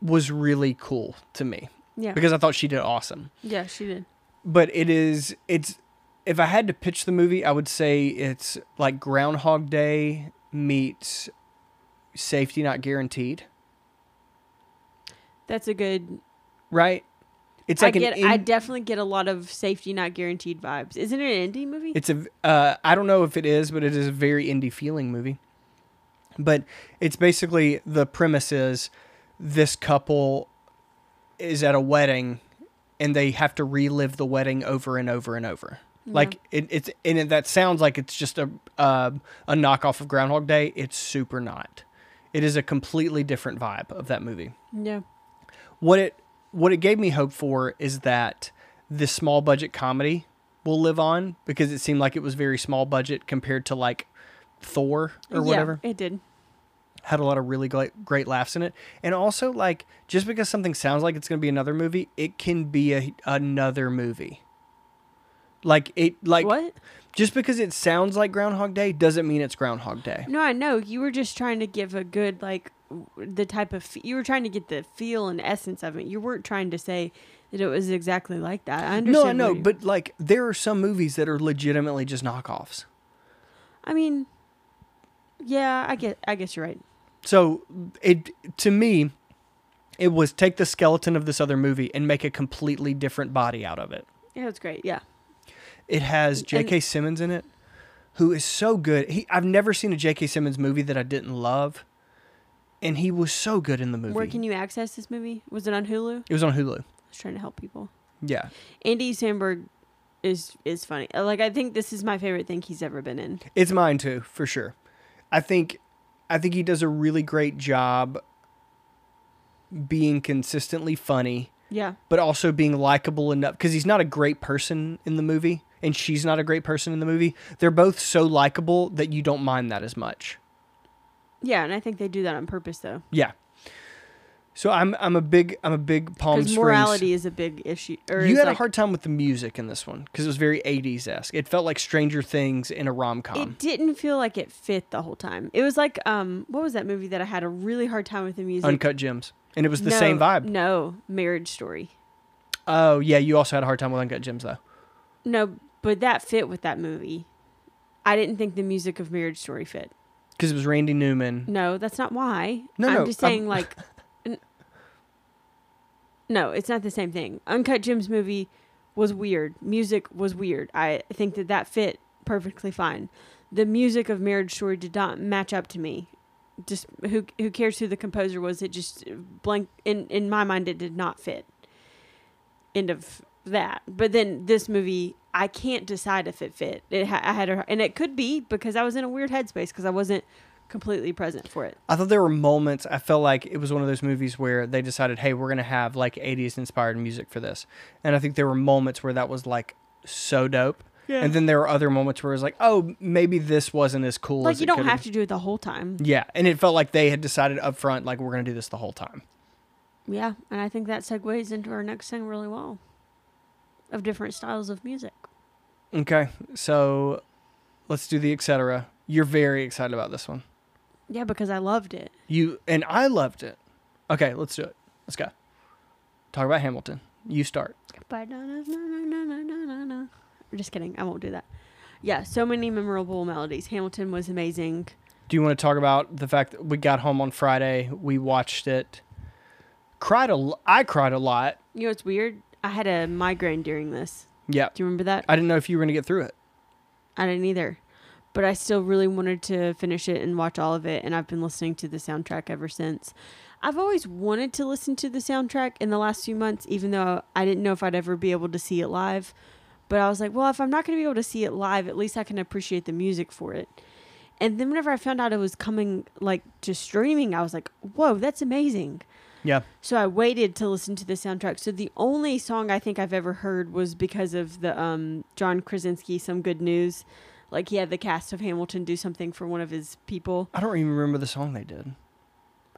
Speaker 1: was really cool to me
Speaker 2: Yeah.
Speaker 1: because I thought she did awesome.
Speaker 2: yeah, she did.
Speaker 1: But it is, it's, if I had to pitch the movie, I would say it's like Groundhog Day meets Safety Not Guaranteed.
Speaker 2: That's a good.
Speaker 1: right? It's
Speaker 2: I
Speaker 1: like
Speaker 2: get.
Speaker 1: an.
Speaker 2: I
Speaker 1: ind-
Speaker 2: definitely get a lot of safety not guaranteed vibes. Isn't it an indie movie?
Speaker 1: it's a. Uh, I don't know if it is, but it is a very indie feeling movie. But it's basically the premise is this couple is at a wedding, and they have to relive the wedding over and over and over. Like it, it's and it, that sounds like it's just a uh, a knockoff of Groundhog Day. It's super not. It is a completely different vibe of that movie.
Speaker 2: yeah.
Speaker 1: what it what it gave me hope for is that this small budget comedy will live on because it seemed like it was very small budget compared to like Thor or whatever.
Speaker 2: Yeah, it did.
Speaker 1: Had a lot of really great, great laughs in it, and also like just because something sounds like it's going to be another movie, it can be a, another movie. Like it, like
Speaker 2: what?
Speaker 1: just because it sounds like Groundhog Day doesn't mean it's Groundhog Day.
Speaker 2: No, I know. You were just trying to give a good like w- the type of f- you were trying to get the feel and essence of it. You weren't trying to say that it was exactly like that. I understand.
Speaker 1: No, I know,
Speaker 2: where you-
Speaker 1: but like there are some movies that are legitimately just knockoffs.
Speaker 2: I mean, yeah, I get. I guess you're right.
Speaker 1: So it to me, it was take the skeleton of this other movie and make a completely different body out of it.
Speaker 2: Yeah, that's great. Yeah,
Speaker 1: It has J.K. Simmons in it, who is so good. He I've never seen a J.K. Simmons movie that I didn't love, and he was so good in the movie.
Speaker 2: where can you access this movie? Was it on Hulu? I
Speaker 1: it was on Hulu.
Speaker 2: was trying to help people.
Speaker 1: Yeah,
Speaker 2: Andy Samberg is is funny. Uh, Like I think this is my favorite thing he's ever been in.
Speaker 1: it's mine too for sure. I think, I think he does a really great job being consistently funny,
Speaker 2: Yeah.
Speaker 1: but also being likable enough because he's not a great person in the movie and she's not a great person in the movie. They're both so likable that you don't mind that as much.
Speaker 2: Yeah, and I think they do that on purpose though.
Speaker 1: Yeah. So I'm I'm a big I'm a big Palm
Speaker 2: Because
Speaker 1: Springs.
Speaker 2: morality is a big issue. Or
Speaker 1: you
Speaker 2: is,
Speaker 1: had a
Speaker 2: like-
Speaker 1: hard time with the music in this one because it was very 80s esque. It felt like Stranger Things in a rom com.
Speaker 2: It didn't feel like it fit the whole time. It was like um, what was that movie that I had a really hard time with the music?
Speaker 1: Uncut Gems, and it was the
Speaker 2: No,
Speaker 1: same vibe.
Speaker 2: No, Marriage Story.
Speaker 1: Oh yeah, you also had a hard time with Uncut Gems though.
Speaker 2: No, but that fit with that movie. I didn't think the music of Marriage Story fit.
Speaker 1: because it was Randy Newman.
Speaker 2: No, that's not why.
Speaker 1: No,
Speaker 2: I'm
Speaker 1: no,
Speaker 2: just
Speaker 1: I'm-
Speaker 2: saying like. n- no, it's not the same thing. Uncut Gems movie was weird. Music was weird. I think that that fit perfectly fine. The music of Marriage Story did not match up to me. Just who who cares who the composer was? It just uh, blank in in my mind. It did not fit. End of that. But then this movie, I can't decide if it fit. It ha- I had a, and it could be because I was in a weird headspace because I wasn't completely present for it.
Speaker 1: I thought there were moments I felt like it was one of those movies where they decided, hey, we're gonna have like 80s inspired music for this, and I think there were moments where that was like so dope.
Speaker 2: Yeah.
Speaker 1: And then there were other moments where it was like, oh, maybe this wasn't as cool.
Speaker 2: Like
Speaker 1: as
Speaker 2: you
Speaker 1: it
Speaker 2: don't
Speaker 1: could've
Speaker 2: have to do it the whole time.
Speaker 1: been. Yeah, and it felt like they had decided up front, like we're gonna do this the whole time.
Speaker 2: Yeah, and I think that segues into our next thing really well. Of different styles of music.
Speaker 1: Okay, so let's do the etc. You're very excited about this one.
Speaker 2: Yeah, because I loved it.
Speaker 1: You and I loved it. Okay, let's do it. Let's go. Talk about Hamilton. You start.
Speaker 2: Goodbye, na na na na na na na na. I'm just kidding. I won't do that. Yeah, so many memorable melodies. Hamilton was amazing.
Speaker 1: Do you want to talk about the fact that we got home on Friday? We watched it. Cried a l- I cried a lot.
Speaker 2: You know, it's weird. I had a migraine during this.
Speaker 1: Yeah.
Speaker 2: Do you remember that?
Speaker 1: I didn't know if you were going to get through it.
Speaker 2: I didn't either. But I still really wanted to finish it and watch all of it. And I've been listening to the soundtrack ever since. I've always wanted to listen to the soundtrack in the last few months, even though I didn't know if I'd ever be able to see it live. But I was like, well, if I'm not going to be able to see it live, at least I can appreciate the music for it. And then whenever I found out it was coming like to streaming, I was like, whoa, that's amazing.
Speaker 1: Yeah.
Speaker 2: So I waited to listen to the soundtrack. So the only song I think I've ever heard was because of the um, John Krasinski "Some Good News." Like he had the cast of Hamilton do something for one of his people.
Speaker 1: I don't even remember the song they did.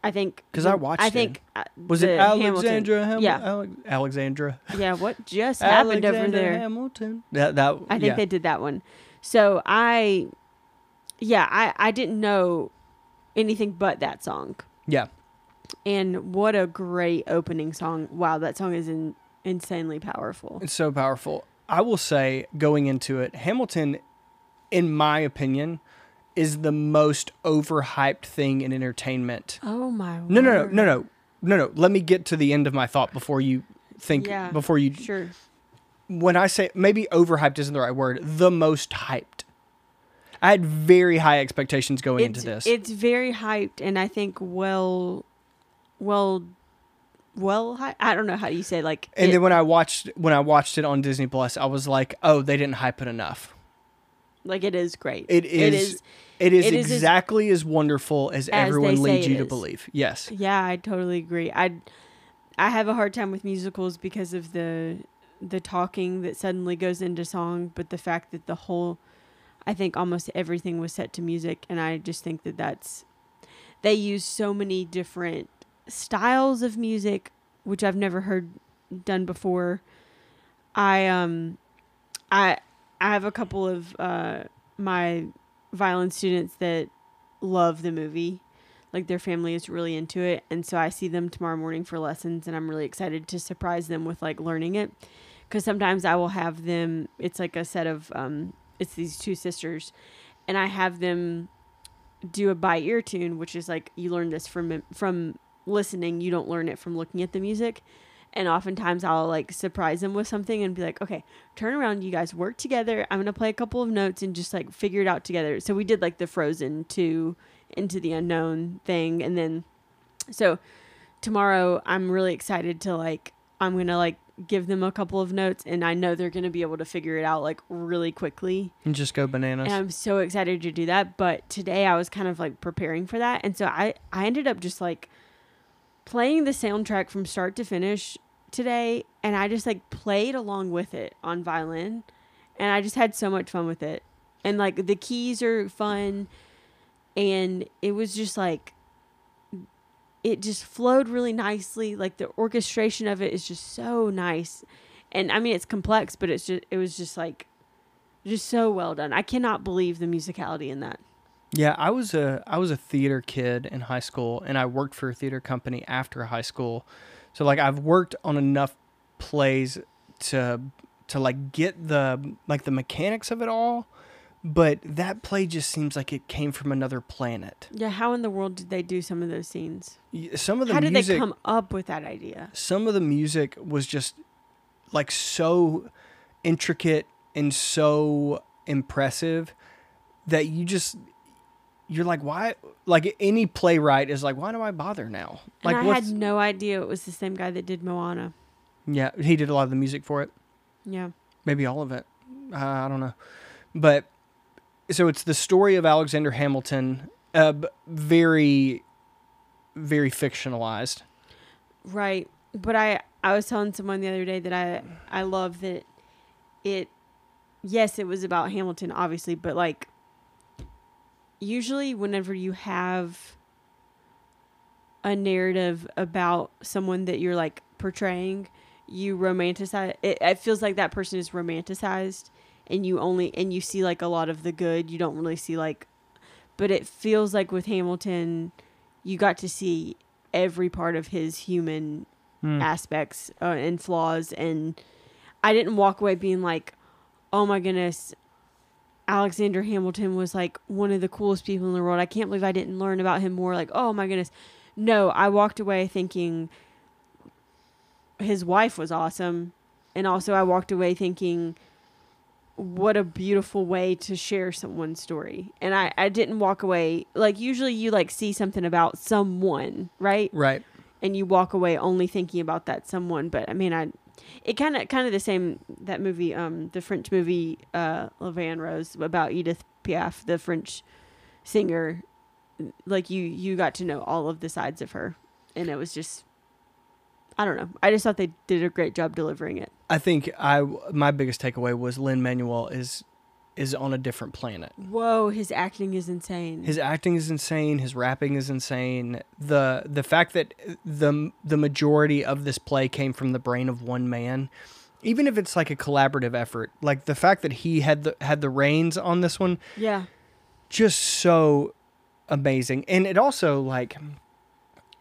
Speaker 2: I think
Speaker 1: 'Cause I watched
Speaker 2: I
Speaker 1: it.
Speaker 2: think uh,
Speaker 1: Was
Speaker 2: the
Speaker 1: it Alexandra? Ham-
Speaker 2: Hamilton. Yeah,
Speaker 1: Ale- Alexandra.
Speaker 2: yeah. What just happened
Speaker 1: Alexandra
Speaker 2: over there?
Speaker 1: Hamilton. That that.
Speaker 2: I think
Speaker 1: yeah.
Speaker 2: they did that one. So I, yeah, I I didn't know anything but that song.
Speaker 1: Yeah.
Speaker 2: And what a great opening song! Wow, that song is in, insanely powerful.
Speaker 1: It's so powerful. I will say, going into it, Hamilton, in my opinion, is the most overhyped thing in entertainment.
Speaker 2: Oh my!
Speaker 1: No, no, no,
Speaker 2: word.
Speaker 1: no, no, no, no. Let me get to the end of my thought before you think.
Speaker 2: Yeah.
Speaker 1: Before you,
Speaker 2: Sure.
Speaker 1: when I say maybe overhyped isn't the right word. The most hyped. I had very high expectations going
Speaker 2: It's
Speaker 1: into this.
Speaker 2: it's very hyped and I think well, well, well. Hy- I don't know how you say like.
Speaker 1: and
Speaker 2: it-
Speaker 1: then when I watched when I watched it on Disney Plus, I was like, oh, they didn't hype it enough.
Speaker 2: like it is great.
Speaker 1: It is. It is
Speaker 2: it is as-
Speaker 1: exactly as, wonderful as,
Speaker 2: they
Speaker 1: everyone
Speaker 2: say
Speaker 1: leads
Speaker 2: it
Speaker 1: you to
Speaker 2: is.
Speaker 1: believe. Yes.
Speaker 2: Yeah, I totally agree. I I have a hard time with musicals because of the the talking that suddenly goes into song, but the fact that the whole I think almost everything was set to music and I just think that that's they use so many different styles of music which I've never heard done before. I um I I have a couple of uh my violin students that love the movie like their family is really into it and so i see them tomorrow morning for lessons and i'm really excited to surprise them with like learning it because sometimes i will have them it's like a set of um it's these two sisters and i have them do a by ear tune which is like you learn this from from listening you don't learn it from looking at the music and oftentimes i'll like surprise them with something and be like okay turn around you guys work together i'm gonna play a couple of notes and just like figure it out together so we did like the frozen two into the unknown thing and then so tomorrow i'm really excited to like i'm gonna like give them a couple of notes and i know they're gonna be able to figure it out like really quickly
Speaker 1: And just go bananas.
Speaker 2: and i'm so excited to do that but today i was kind of like preparing for that and so i i ended up just like playing the soundtrack from start to finish today and I just like played along with it on violin and I just had so much fun with it. And like the keys are fun and it was just like it just flowed really nicely. Like the orchestration of it is just so nice. And I mean it's complex, but it's just it was just like just so well done. I cannot believe the musicality in that.
Speaker 1: Yeah, I was a I was a theater kid in high school, and I worked for a theater company after high school. So like I've worked on enough plays to to like get the like the mechanics of it all, but that play just seems like it came from another planet.
Speaker 2: Yeah, how in the world did they do some of those scenes?
Speaker 1: Y- Some of the
Speaker 2: How did
Speaker 1: music,
Speaker 2: they come up with that idea?
Speaker 1: some of the music was just like so intricate and so impressive that you just you're like why like any playwright is like why do i bother now like
Speaker 2: and I
Speaker 1: what's
Speaker 2: had no idea it was the same guy that did Moana.
Speaker 1: yeah he did a lot of the music for it
Speaker 2: Yeah.
Speaker 1: maybe all of it. Uh, I don't know, but so it's the story of Alexander Hamilton, uh, b- very, very fictionalized.
Speaker 2: Right. But I I was telling someone the other day that I I love that it yes, it was about Hamilton obviously, but like usually whenever you have a narrative about someone that you're like portraying, you romanticize it, it feels like that person is romanticized and you only and you see like a lot of the good. You don't really see like but it feels like with Hamilton you got to see every part of his human
Speaker 1: Hmm.
Speaker 2: aspects uh, and flaws and i didn't walk away being like oh my goodness alexander hamilton was like one of the coolest people in the world i can't believe i didn't learn about him more like oh my goodness no i walked away thinking his wife was awesome and also i walked away thinking what a beautiful way to share someone's story and i i didn't walk away like usually you like see something about someone right
Speaker 1: Right.
Speaker 2: and you walk away only thinking about that someone but i mean i it kind of kind of the same that movie um the french movie uh levan rose about edith piaf the french singer like you you got to know all of the sides of her and it was just i don't know i just thought they did a great job delivering it
Speaker 1: I think I my biggest takeaway was Lin Manuel is is on a different planet.
Speaker 2: whoa his acting is insane
Speaker 1: His acting is insane. His rapping is insane. the The fact that the the majority of this play came from the brain of one man, even if it's like a collaborative effort, like the fact that he had the had the reins on this one,
Speaker 2: yeah
Speaker 1: just so amazing. And it also like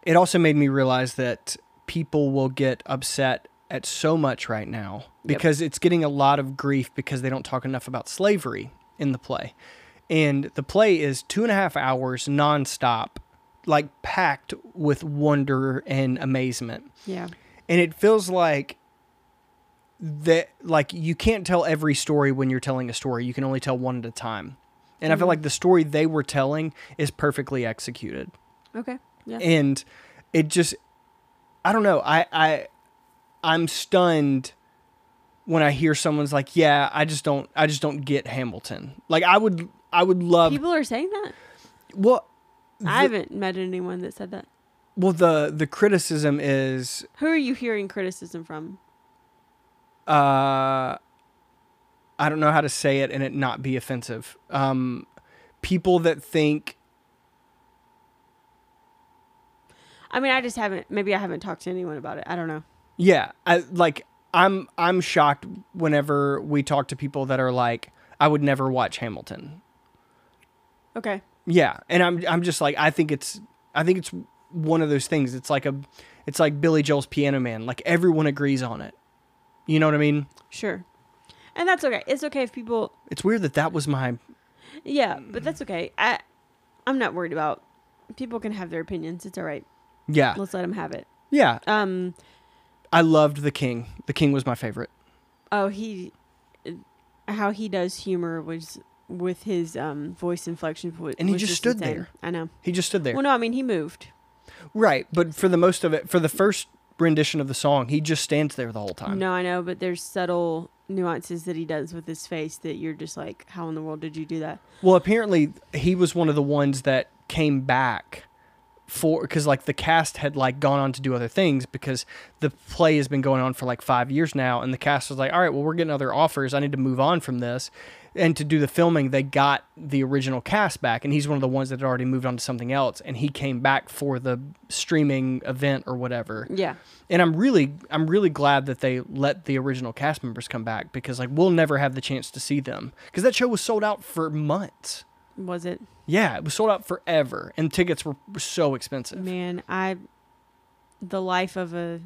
Speaker 1: it also made me realize that people will get upset at so much right now because it's getting a lot of grief because they don't talk enough about slavery in the play. And the play is two and a half hours nonstop, like packed with wonder and amazement
Speaker 2: yeah
Speaker 1: and it feels like that like you can't tell every story when you're telling a story you can only tell one at a time and i feel like the story they were telling is perfectly executed
Speaker 2: okay yeah
Speaker 1: and it just i don't know i i i'm stunned when i hear someone's like yeah i just don't i just don't get hamilton like i would i would love
Speaker 2: people are saying that
Speaker 1: well
Speaker 2: i haven't met anyone that said that
Speaker 1: well the the criticism is
Speaker 2: who are you hearing criticism from
Speaker 1: uh, I don't know how to say it and it not be offensive. Um, people that think
Speaker 2: I mean, I just haven't. Maybe I haven't talked to anyone about it. I don't know.
Speaker 1: Yeah, I like I'm I'm shocked whenever we talk to people that are like I would never watch Hamilton.
Speaker 2: Okay.
Speaker 1: Yeah, and I'm I'm just like I think it's I think it's one of those things. It's like a it's like Billy Joel's Piano Man. Like everyone agrees on it. You know what I mean?
Speaker 2: Sure. And that's okay. It's okay if people.
Speaker 1: It's weird that that was my
Speaker 2: Yeah, but that's okay. I, I'm not worried about. People can have their opinions. It's all right.
Speaker 1: yeah
Speaker 2: Let's let them have it.
Speaker 1: yeah.
Speaker 2: Um.
Speaker 1: I loved The King. The King was my favorite.
Speaker 2: Oh, he. How he does humor was with his um voice inflection. wa-
Speaker 1: And he
Speaker 2: was
Speaker 1: just stood
Speaker 2: insane.
Speaker 1: there.
Speaker 2: I know.
Speaker 1: He just stood there.
Speaker 2: Well, no, I mean he moved.
Speaker 1: Right, but for the most of it, for the first rendition of the song, he just stands there the whole time.
Speaker 2: No, I know, but there's subtle nuances that he does with his face that you're just like, how in the world did you do that?
Speaker 1: Well, apparently he was one of the ones that came back for because like the cast had like gone on to do other things because the play has been going on for like five years now and the cast was like all right well we're getting other offers i need to move on from this and to do the filming they got the original cast back and he's one of the ones that had already moved on to something else and he came back for the streaming event or whatever
Speaker 2: Yeah.
Speaker 1: and i'm really i'm really glad that they let the original cast members come back because like we'll never have the chance to see them because that show was sold out for months
Speaker 2: Was it?
Speaker 1: yeah, it was sold out forever, and tickets were, were so expensive.
Speaker 2: Man, I the life of a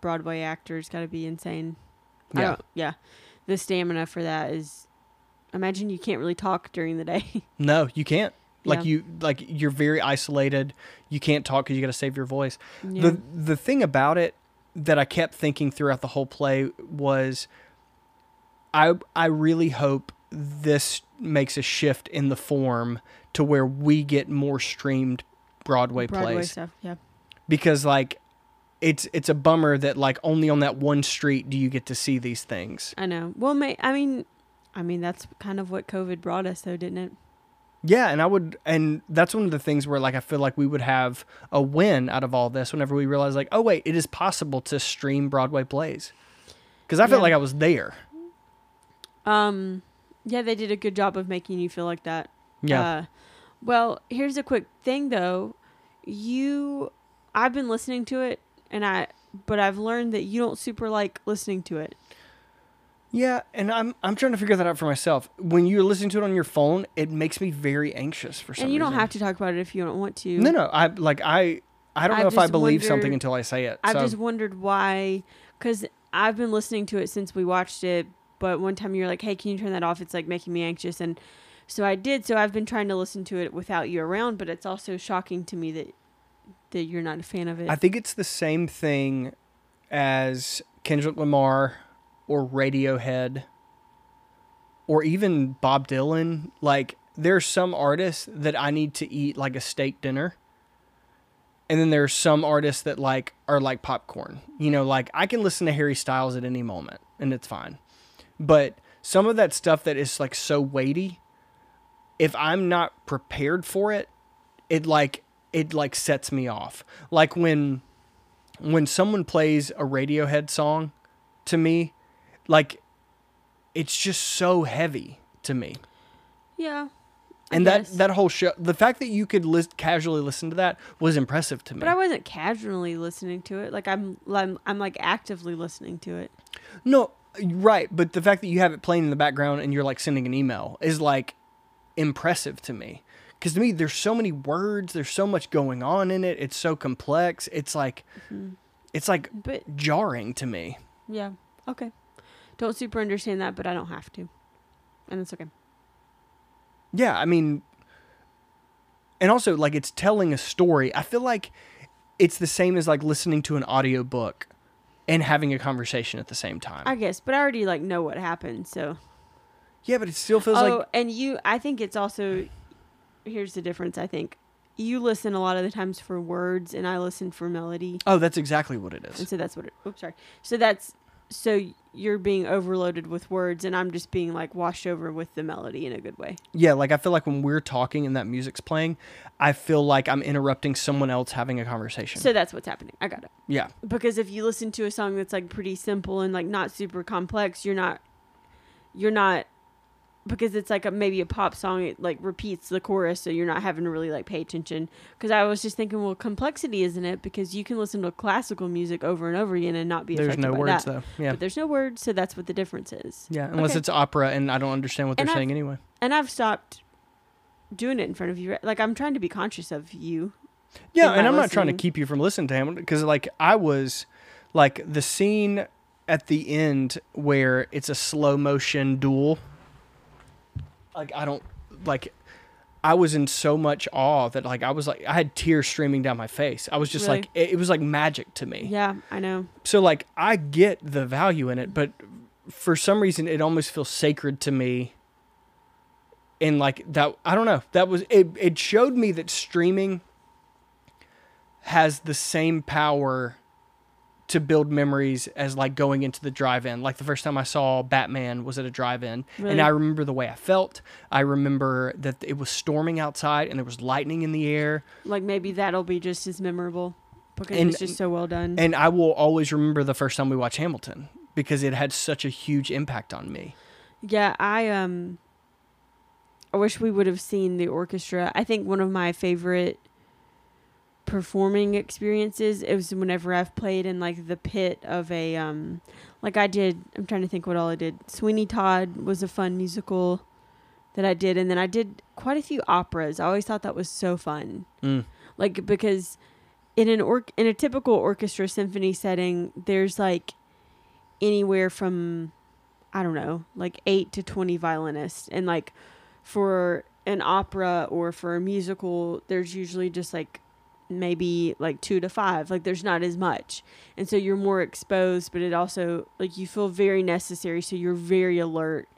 Speaker 2: Broadway actor's got to be insane. I
Speaker 1: Yeah.
Speaker 2: don't- yeah. The stamina for that is imagine you can't really talk during the day.
Speaker 1: No, you can't. Like
Speaker 2: Yeah.
Speaker 1: you, like you're very isolated. You can't talk because you got to save your voice.
Speaker 2: Yeah.
Speaker 1: The the thing about it that I kept thinking throughout the whole play was, I I really hope this makes a shift in the form to where we get more streamed Broadway,
Speaker 2: Broadway
Speaker 1: plays
Speaker 2: stuff, yeah.
Speaker 1: because like. It's it's a bummer that like only on that one street do you get to see these things.
Speaker 2: I know. Well, may, I mean I mean that's kind of what COVID brought us though, didn't it?
Speaker 1: Yeah, and I would, and that's one of the things where like I feel like we would have a win out of all this whenever we realize like, oh wait, it is possible to stream Broadway plays, because I felt
Speaker 2: Yeah.
Speaker 1: like I was there.
Speaker 2: Um yeah, they did a good job of making you feel like that.
Speaker 1: Yeah,
Speaker 2: Uh, well, here's a quick thing though. You, I've been listening to it, and I, but I've learned that you don't super like listening to it.
Speaker 1: yeah, and I'm I'm trying to figure that out for myself. When you're listening to it on your phone, it makes me very anxious for some.
Speaker 2: and you don't
Speaker 1: reason.
Speaker 2: have to talk about it if you don't want to.
Speaker 1: No, no, I like I I don't
Speaker 2: I've
Speaker 1: know if I
Speaker 2: just
Speaker 1: believe something
Speaker 2: wondered-
Speaker 1: until I say it.
Speaker 2: I've
Speaker 1: so
Speaker 2: just wondered why, because I've been listening to it since we watched it. But one time you were like, "Hey, can you turn that off? It's like making me anxious." And so I did. So I've been trying to listen to it without you around. But it's also shocking to me that that you're not a fan of it.
Speaker 1: I think it's the same thing as Kendrick Lamar or Radiohead or even Bob Dylan. Like, there's some artists that I need to eat like a steak dinner. And then there's some artists that like are like popcorn. You know, like I can listen to Harry Styles at any moment and it's fine. But some of that stuff that is like so weighty, if I'm not prepared for it, it like it like sets me off. Like when when someone plays a Radiohead song to me, like it's just so heavy to me.
Speaker 2: yeah. I
Speaker 1: And that
Speaker 2: guess.
Speaker 1: that whole show, the fact that you could lis- casually listen to that was impressive to me.
Speaker 2: But I wasn't casually listening to it. Like I'm, I'm, I'm like actively listening to it.
Speaker 1: no, right, but the fact that you have it playing in the background and you're like sending an email is like impressive to me. Cuz to me there's so many words, there's so much going on in it. It's so complex. It's like
Speaker 2: Mm-hmm.
Speaker 1: it's like
Speaker 2: But
Speaker 1: jarring to me.
Speaker 2: yeah, okay. Don't super understand that, but I don't have to, and it's okay.
Speaker 1: Yeah, I mean, and also like it's telling a story. I feel like it's the same as like listening to an audiobook and having a conversation at the same time.
Speaker 2: I guess. But I already like know what happened, so.
Speaker 1: yeah, but it still feels
Speaker 2: Oh,
Speaker 1: like
Speaker 2: and you. I think it's also. Here's the difference. I think you listen a lot of the times for words, and I listen for melody,
Speaker 1: oh, that's exactly what it
Speaker 2: and
Speaker 1: is.
Speaker 2: so that's what. It, oops, sorry. So that's so you're being overloaded with words, and I'm just being like washed over with the melody in a good way.
Speaker 1: Yeah, like I feel like when we're talking and that music's playing, I feel like I'm interrupting someone else having a conversation.
Speaker 2: So that's what's happening. I got it.
Speaker 1: yeah,
Speaker 2: because if you listen to a song that's like pretty simple and like not super complex you're not you're not because it's like a maybe a pop song it like repeats the chorus so you're not having to really like pay attention because i was just thinking well complexity isn't it because you can listen to classical music over and over again and not be
Speaker 1: there's
Speaker 2: affected
Speaker 1: no
Speaker 2: by
Speaker 1: words
Speaker 2: that.
Speaker 1: though. Yeah.
Speaker 2: but there's no words so that's what the difference is
Speaker 1: Yeah, unless
Speaker 2: Okay.
Speaker 1: it's opera and I don't understand what they're
Speaker 2: And I've-
Speaker 1: saying anyway.
Speaker 2: and i've stopped doing it in front of you like i'm trying to be conscious of you
Speaker 1: Yeah,
Speaker 2: in
Speaker 1: and
Speaker 2: my
Speaker 1: I'm not trying to
Speaker 2: listening.
Speaker 1: keep you from listening to him because, like, I was like the scene at the end where it's a slow motion duel. Like, I don't like. I was in so much awe that like I was like I had tears streaming down my face. I was just
Speaker 2: Really?
Speaker 1: like it, it was like magic to me.
Speaker 2: yeah i know
Speaker 1: So like I get the value in it, but for some reason it almost feels sacred to me. And like that I don't know. That was it it showed me that streaming has the same power to build memories as like going into the drive-in. Like the first time I saw Batman was at a drive-in,
Speaker 2: Really?
Speaker 1: and I remember the way I felt. I remember that it was storming outside and there was lightning in the air,
Speaker 2: Like maybe that'll be just as memorable because
Speaker 1: And-
Speaker 2: it's just so well done.
Speaker 1: and I will always remember the first time we watched Hamilton because it had such a huge impact on me.
Speaker 2: Yeah, I um I wish we would have seen the orchestra. I think one of my favorite performing experiences it was whenever I've played in like the pit of a um like I did I'm trying to think what all I did. Sweeney Todd was a fun musical that I did and then I did quite a few operas. I always thought that was so fun
Speaker 1: Mm.
Speaker 2: like because in an orc in a typical orchestra symphony setting there's like anywhere from i don't know like 8 to 20 violinists and like for an opera or for a musical there's usually just like maybe like 2 to 5 like there's not as much and so you're more exposed but it also like you feel very necessary so you're very alert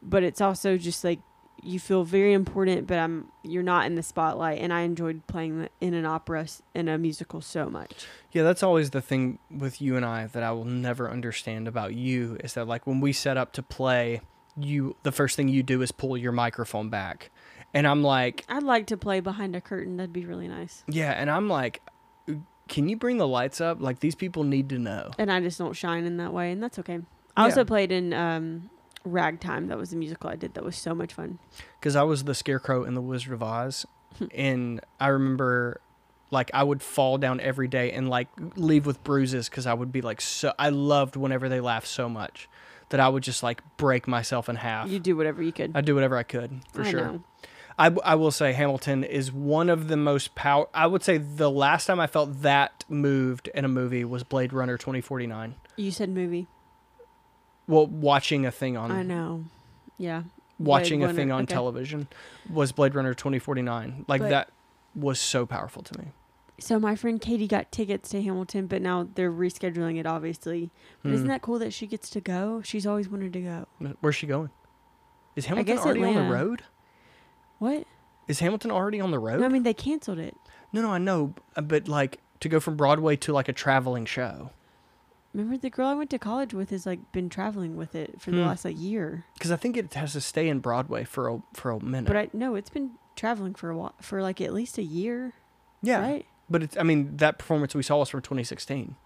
Speaker 2: but it's also just like you feel very important but i'm you're not in the spotlight and i enjoyed playing the- in an opera s- in a musical so much
Speaker 1: Yeah, that's always the thing with you and I that I will never understand about you is that like when we set up to play, you the first thing you do is pull your microphone back. And I'm like,
Speaker 2: i'd like to play behind a curtain that'd be really nice
Speaker 1: yeah, and I'm like, can you bring the lights up? Like these people need to know.
Speaker 2: and i just don't shine in that way and that's okay i also
Speaker 1: Yeah.
Speaker 2: played in um ragtime that was a musical i did that was so much fun
Speaker 1: because I was the scarecrow in the Wizard of Oz,
Speaker 2: Hmm.
Speaker 1: and I remember like I would fall down every day and like leave with bruises because I would be like so I loved whenever they laughed so much that I would just like break myself in half.
Speaker 2: you do whatever you could
Speaker 1: I'd do whatever I could Ah. for
Speaker 2: I
Speaker 1: sure.
Speaker 2: know.
Speaker 1: I, I will say Hamilton is one of the most power. I would say the last time I felt that moved in a movie was Blade Runner 2049.
Speaker 2: you said movie
Speaker 1: Well, watching a thing on
Speaker 2: i know yeah
Speaker 1: watching
Speaker 2: Blade
Speaker 1: a thing
Speaker 2: Runner,
Speaker 1: on
Speaker 2: okay.
Speaker 1: television was Blade Runner 2049. Like
Speaker 2: But-
Speaker 1: that was so powerful to me.
Speaker 2: so my friend katie got tickets to hamilton but now they're rescheduling it obviously but isn't
Speaker 1: Mm.
Speaker 2: that cool that she gets to go she's always wanted to go
Speaker 1: Hmm. Where's she going? Is Hamilton
Speaker 2: guess
Speaker 1: already on the
Speaker 2: Atlanta.
Speaker 1: road?
Speaker 2: what
Speaker 1: Is Hamilton already on the road?
Speaker 2: No, I mean they canceled it.
Speaker 1: no, no, I know, b- but like to go from Broadway to like a traveling show.
Speaker 2: Remember the girl I went to college with has like been traveling with it for the
Speaker 1: Hmm.
Speaker 2: last like year.
Speaker 1: Because I think it has to stay in Broadway for a for a minute.
Speaker 2: But I no, it's been traveling for a while for like at least a year.
Speaker 1: yeah,
Speaker 2: Right?
Speaker 1: But it's, I mean, that performance we saw was from 2016.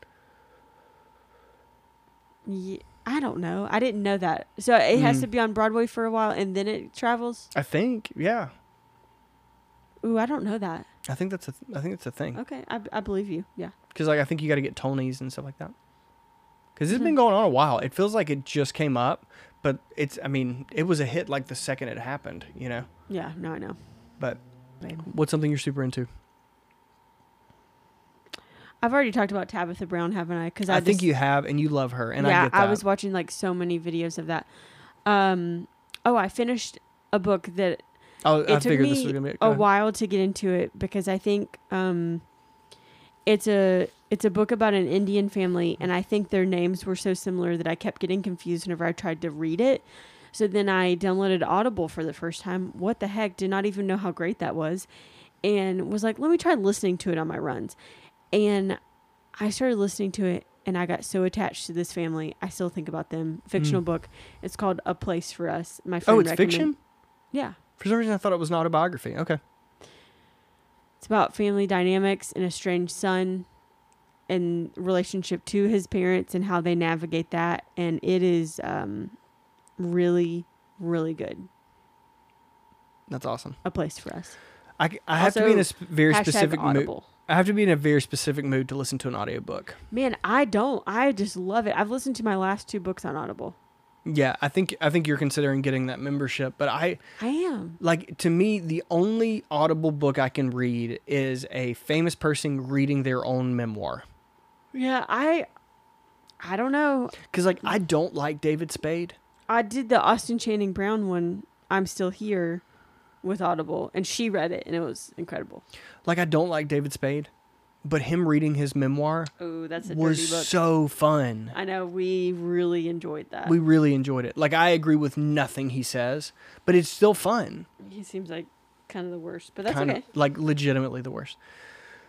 Speaker 2: Ye I don't know. I didn't know that. So it has
Speaker 1: Mhm.
Speaker 2: to be on Broadway for a while and then it travels.
Speaker 1: I think, yeah.
Speaker 2: Ooh, I don't know that.
Speaker 1: I think that's a, th- I think that's a thing.
Speaker 2: Okay, I, I believe you. Yeah.
Speaker 1: Because like I think you got to get Tonys and stuff like that. Because it's
Speaker 2: Mhm.
Speaker 1: been going on a while. It feels like it just came up, but it's, I mean, it was a hit like the second it happened, you know.
Speaker 2: Yeah. No, I know.
Speaker 1: But
Speaker 2: Babe.
Speaker 1: what's something you're super into?
Speaker 2: I've already talked about Tabitha Brown, haven't I? Because
Speaker 1: I,
Speaker 2: I,
Speaker 1: think
Speaker 2: just-
Speaker 1: you have, and you love her, and
Speaker 2: yeah,
Speaker 1: I get that.
Speaker 2: was watching like so many videos of that. Um. Oh, I finished a book that
Speaker 1: I,
Speaker 2: it
Speaker 1: Oh, I
Speaker 2: took
Speaker 1: figured this
Speaker 2: me
Speaker 1: was gonna be go
Speaker 2: a
Speaker 1: ahead.
Speaker 2: while to get into it because I think um, it's a it's a book about an Indian family, and I think their names were so similar that I kept getting confused whenever I tried to read it. So then I downloaded Audible for the first time. What the heck? Did not even know how great that was, and was like, let me try listening to it on my runs. And I started listening to it, and I got so attached to this family. I still think about them. Fictional book. It's called A Place for Us. My friend
Speaker 1: Mm. Oh, it's
Speaker 2: recommend-
Speaker 1: fiction.
Speaker 2: Yeah.
Speaker 1: For some reason, I thought it was an autobiography. Okay,
Speaker 2: It's about family dynamics and a strange son and relationship to his parents and how they navigate that. And it is um, really, really good.
Speaker 1: that's awesome.
Speaker 2: A place for us.
Speaker 1: I, c- I have to be in a sp- very
Speaker 2: Hashtag
Speaker 1: specific mood.
Speaker 2: Audible.
Speaker 1: I have to be in a very specific mood to listen to an audiobook.
Speaker 2: Man, I don't. I just love it. I've listened to my last two books on Audible.
Speaker 1: Yeah, I think I think you're considering getting that membership, but I
Speaker 2: I am.
Speaker 1: like to me the only audible book I can read is a famous person reading their own memoir.
Speaker 2: Yeah, I. I don't know.
Speaker 1: Because like I don't like David Spade.
Speaker 2: I did the Austin Channing Brown one. I'm still here, with Audible, and she read it, and it was incredible.
Speaker 1: Like I don't like David Spade, but him reading his memoir
Speaker 2: Oh, that's a
Speaker 1: was
Speaker 2: dirty book.
Speaker 1: so fun.
Speaker 2: I know we really enjoyed that.
Speaker 1: we really enjoyed it. Like I agree with nothing he says, but it's still fun.
Speaker 2: He seems like kind of the worst, but that's
Speaker 1: Kinda-
Speaker 2: okay.
Speaker 1: Like legitimately the worst.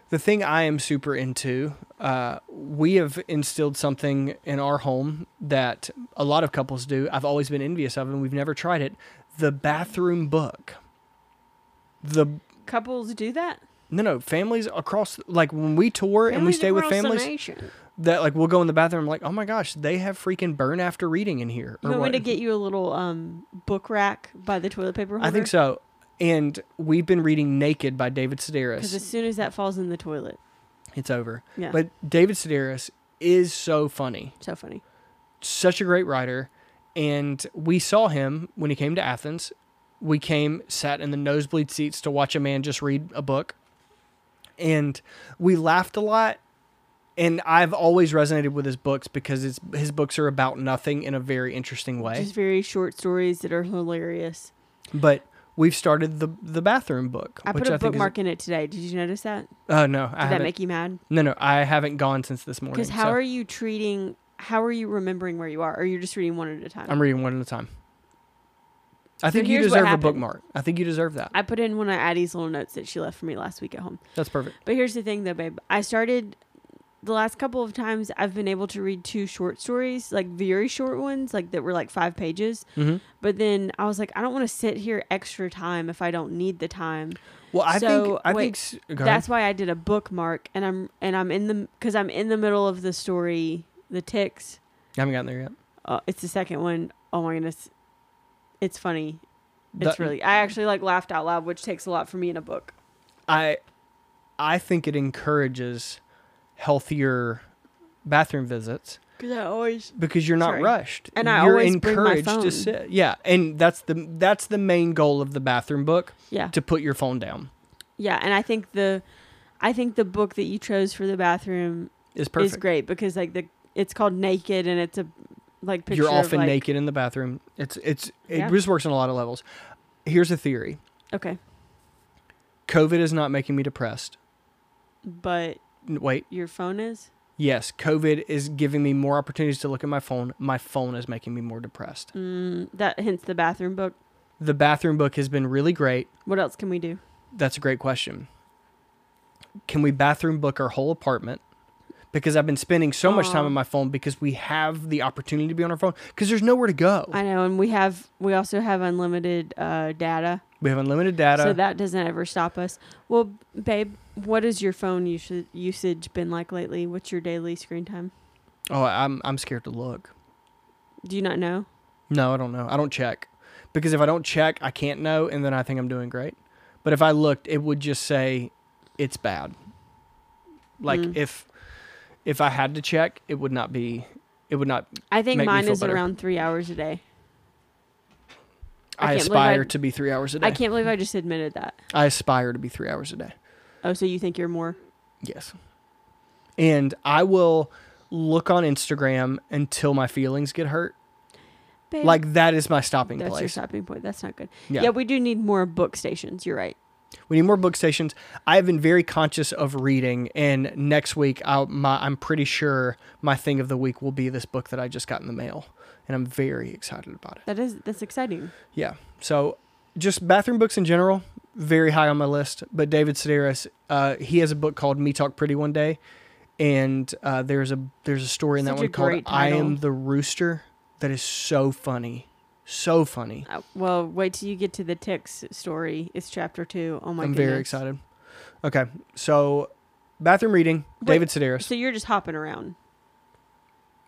Speaker 1: the thing I am super into, uh, we have instilled something in our home that a lot of couples do. I've always been envious of, and we've never tried it. The bathroom book. The
Speaker 2: Couples do that.
Speaker 1: no, no, families across like when we tour and we
Speaker 2: Families
Speaker 1: stay with
Speaker 2: across the
Speaker 1: families
Speaker 2: nation.
Speaker 1: that like we'll go in the bathroom like oh my gosh they have freaking burn after reading in here
Speaker 2: You want me to get you a little um book rack by the toilet paper holder?
Speaker 1: I think so. And we've been reading Naked by David
Speaker 2: Because as
Speaker 1: Sedaris.
Speaker 2: soon as that falls in the toilet,
Speaker 1: It's over.
Speaker 2: yeah,
Speaker 1: But David Sedaris is so funny.
Speaker 2: so funny.
Speaker 1: Such a great writer. And we saw him when he came to Athens. We came, sat in the nosebleed seats to watch a man just read a book. And we laughed a lot. And I've always resonated with his books because it's, his books are about nothing in a very interesting way.
Speaker 2: Just very short stories that are hilarious.
Speaker 1: but we've started the the bathroom book.
Speaker 2: I
Speaker 1: which
Speaker 2: put a
Speaker 1: I think is-
Speaker 2: bookmark in it today. Did you notice that? Did
Speaker 1: Oh no, I
Speaker 2: that
Speaker 1: haven't.
Speaker 2: make you mad?
Speaker 1: No, no, I haven't gone since this morning.
Speaker 2: Because how
Speaker 1: so
Speaker 2: are you treating? How are you remembering where you are? Or you're just reading one at a time?
Speaker 1: I'm reading one at a time. I think you
Speaker 2: here's what
Speaker 1: deserve a
Speaker 2: happened.
Speaker 1: bookmark. I think you deserve that.
Speaker 2: I put in one of Addie's little notes that she left for me last week at home.
Speaker 1: That's perfect.
Speaker 2: But here's the thing, though, babe. I started the last couple of times I've been able to read two short stories, like very short ones, like that were like five pages.
Speaker 1: Mhm.
Speaker 2: But then I was like, I don't want to sit here extra time if I don't need the time.
Speaker 1: Well, I think
Speaker 2: So,
Speaker 1: I
Speaker 2: wait,
Speaker 1: think s- go ahead.
Speaker 2: That's why I did a bookmark, and I'm and I'm in the because I'm in the middle of the story, the ticks.
Speaker 1: I haven't gotten there yet.
Speaker 2: Uh, it's the second one. Oh my goodness, it's funny. It's
Speaker 1: That-
Speaker 2: really. I actually like laughed out loud, which takes a lot for me in a book.
Speaker 1: I I think it encourages healthier bathroom visits
Speaker 2: Because I always
Speaker 1: because you're not
Speaker 2: Sorry.
Speaker 1: rushed
Speaker 2: And I
Speaker 1: you're
Speaker 2: always bring my
Speaker 1: encouraged
Speaker 2: phone.
Speaker 1: to sit. Yeah, and that's the that's the main goal of the bathroom book
Speaker 2: yeah
Speaker 1: to put your phone down.
Speaker 2: yeah, and I think the, I think the book that you chose for the bathroom
Speaker 1: Is perfect.
Speaker 2: is great because like the it's called Naked and it's a like picture
Speaker 1: you're often
Speaker 2: of, like,
Speaker 1: naked in the bathroom. It's it's it
Speaker 2: Yeah.
Speaker 1: just works on a lot of levels. Here's a theory:
Speaker 2: Okay,
Speaker 1: COVID is not making me depressed.
Speaker 2: but
Speaker 1: N- Wait,
Speaker 2: your phone is.
Speaker 1: yes, COVID is giving me more opportunities to look at my phone. My phone is making me more depressed.
Speaker 2: Mm, that hints the bathroom book.
Speaker 1: The bathroom book has been really great.
Speaker 2: What else can we do?
Speaker 1: That's a great question. Can we bathroom book our whole apartment? Because I've been spending so much time
Speaker 2: Aw.
Speaker 1: on my phone because we have the opportunity to be on our phone because there's nowhere to go.
Speaker 2: I know, and we have we also have unlimited uh, data,
Speaker 1: we have unlimited data.
Speaker 2: so that doesn't ever stop us. Well, babe, what has your phone usage usage been like lately? What's your daily screen time?
Speaker 1: oh, I'm I'm scared to look.
Speaker 2: Do you not know?
Speaker 1: No, I don't know. I don't check because if I don't check, I can't know, and then I think I'm doing great. But if I looked, it would just say it's bad. Like
Speaker 2: Mm.
Speaker 1: if if I had to check, it would not be. It would not.
Speaker 2: I think
Speaker 1: Make me
Speaker 2: mine
Speaker 1: feel
Speaker 2: is
Speaker 1: better.
Speaker 2: around three hours a day.
Speaker 1: I,
Speaker 2: I can't believe
Speaker 1: aspire
Speaker 2: I-
Speaker 1: to be three hours a day.
Speaker 2: I can't believe I just admitted that.
Speaker 1: I aspire to be three hours a day.
Speaker 2: Oh, so you think you're more?
Speaker 1: Yes. And I will look on Instagram until my feelings get hurt.
Speaker 2: Babe,
Speaker 1: Like that is my stopping
Speaker 2: that's your
Speaker 1: place.
Speaker 2: stopping point. That's not good.
Speaker 1: Yeah.
Speaker 2: Yeah. we do need more book stations. You're right.
Speaker 1: We need more book stations. I have been very conscious of reading, and next week, I'll, my, I'm pretty sure my thing of the week will be this book that I just got in the mail, and I'm very excited about it.
Speaker 2: That is that's exciting.
Speaker 1: Yeah. So, just bathroom books in general, very high on my list. But David Sedaris, uh, he has a book called Me Talk Pretty One Day, and uh, there's a there's a story in that
Speaker 2: Such a
Speaker 1: one called
Speaker 2: great
Speaker 1: I Am
Speaker 2: title.
Speaker 1: the Rooster that is so funny, so funny.
Speaker 2: Uh, well, wait till you get to the ticks story. It's chapter two. Oh my
Speaker 1: I'm
Speaker 2: goodness.
Speaker 1: very excited. Okay, so bathroom reading,
Speaker 2: Wait,
Speaker 1: David Sedaris.
Speaker 2: So you're just hopping around.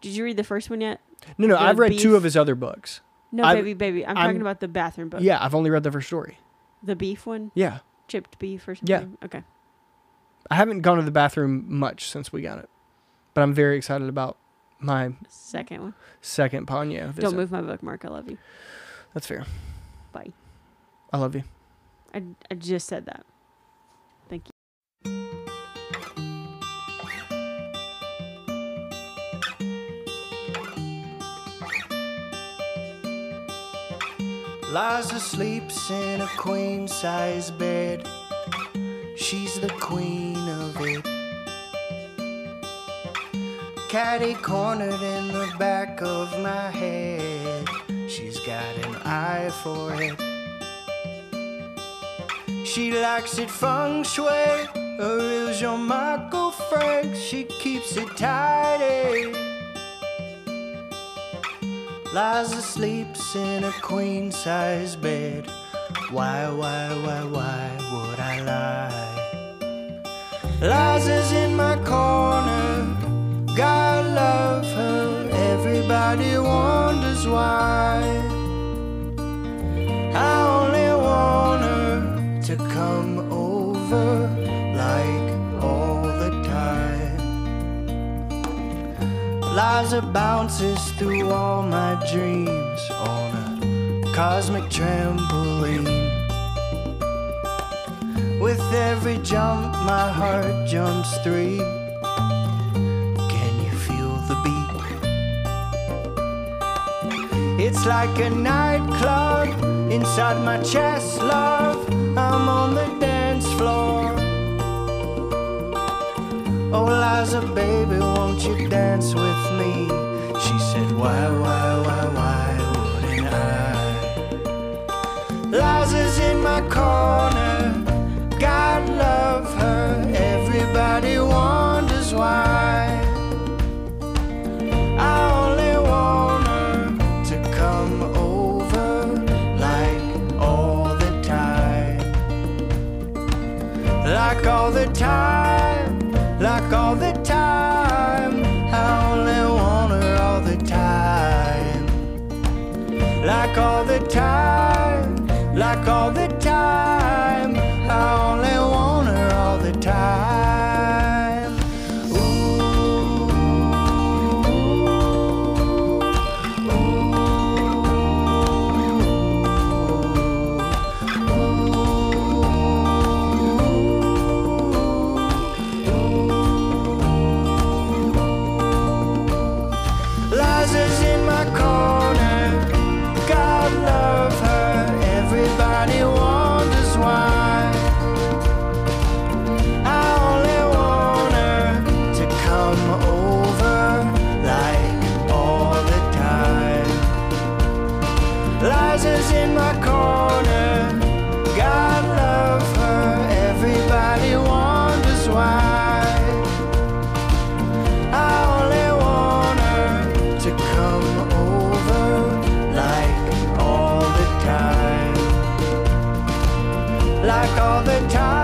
Speaker 2: Did you read the first one yet?
Speaker 1: No, no,
Speaker 2: The
Speaker 1: I've read
Speaker 2: beef.
Speaker 1: two of his other books.
Speaker 2: No,
Speaker 1: I'm-
Speaker 2: baby, baby. I'm,
Speaker 1: I'm-
Speaker 2: talking about the bathroom book.
Speaker 1: Yeah, I've only read the first story.
Speaker 2: The beef one,
Speaker 1: Yeah,
Speaker 2: chipped beef or
Speaker 1: Yeah.
Speaker 2: something. Okay.
Speaker 1: I haven't gone to the bathroom much since we got it, but I'm very excited about my
Speaker 2: Second one.
Speaker 1: second Ponyo. Visit.
Speaker 2: Don't move my bookmark. I love you.
Speaker 1: That's fair.
Speaker 2: Bye.
Speaker 1: I love you.
Speaker 2: I, I just said that. Thank you.
Speaker 3: Liza sleeps in a queen size bed. She's the queen of it. Caddy cornered in the back of my head. She's got an eye for it. She likes it feng shui. Her is your Michael Frank, she keeps it tidy. Liza sleeps in a queen size bed. Why, why, why, why would I lie? Liza's in my corner. God love her. Everybody wonders why. I only want her to come over like all the time. Liza bounces through all my dreams on a cosmic trampoline. With every jump, my heart jumps three. Can you feel the beat? It's like a nightclub inside my chest, love. I'm on the dance floor. Oh, Liza, baby, won't you dance with me? She said, Why, why, why, why wouldn't I? Liza's in my corner. God love her. Everybody wonders why. I only want her to come Oh, over like all the time. Like all the time, like all the time. I only want her all the time. Like all the time, like all the time. I only want her all the time. Liza's in my corner. God love her. Everybody wonders why. I only want her to come over like all the time. Liza's in my corner. God love her. Everybody wonders why. I only want her to come over like all the time. Like all the time.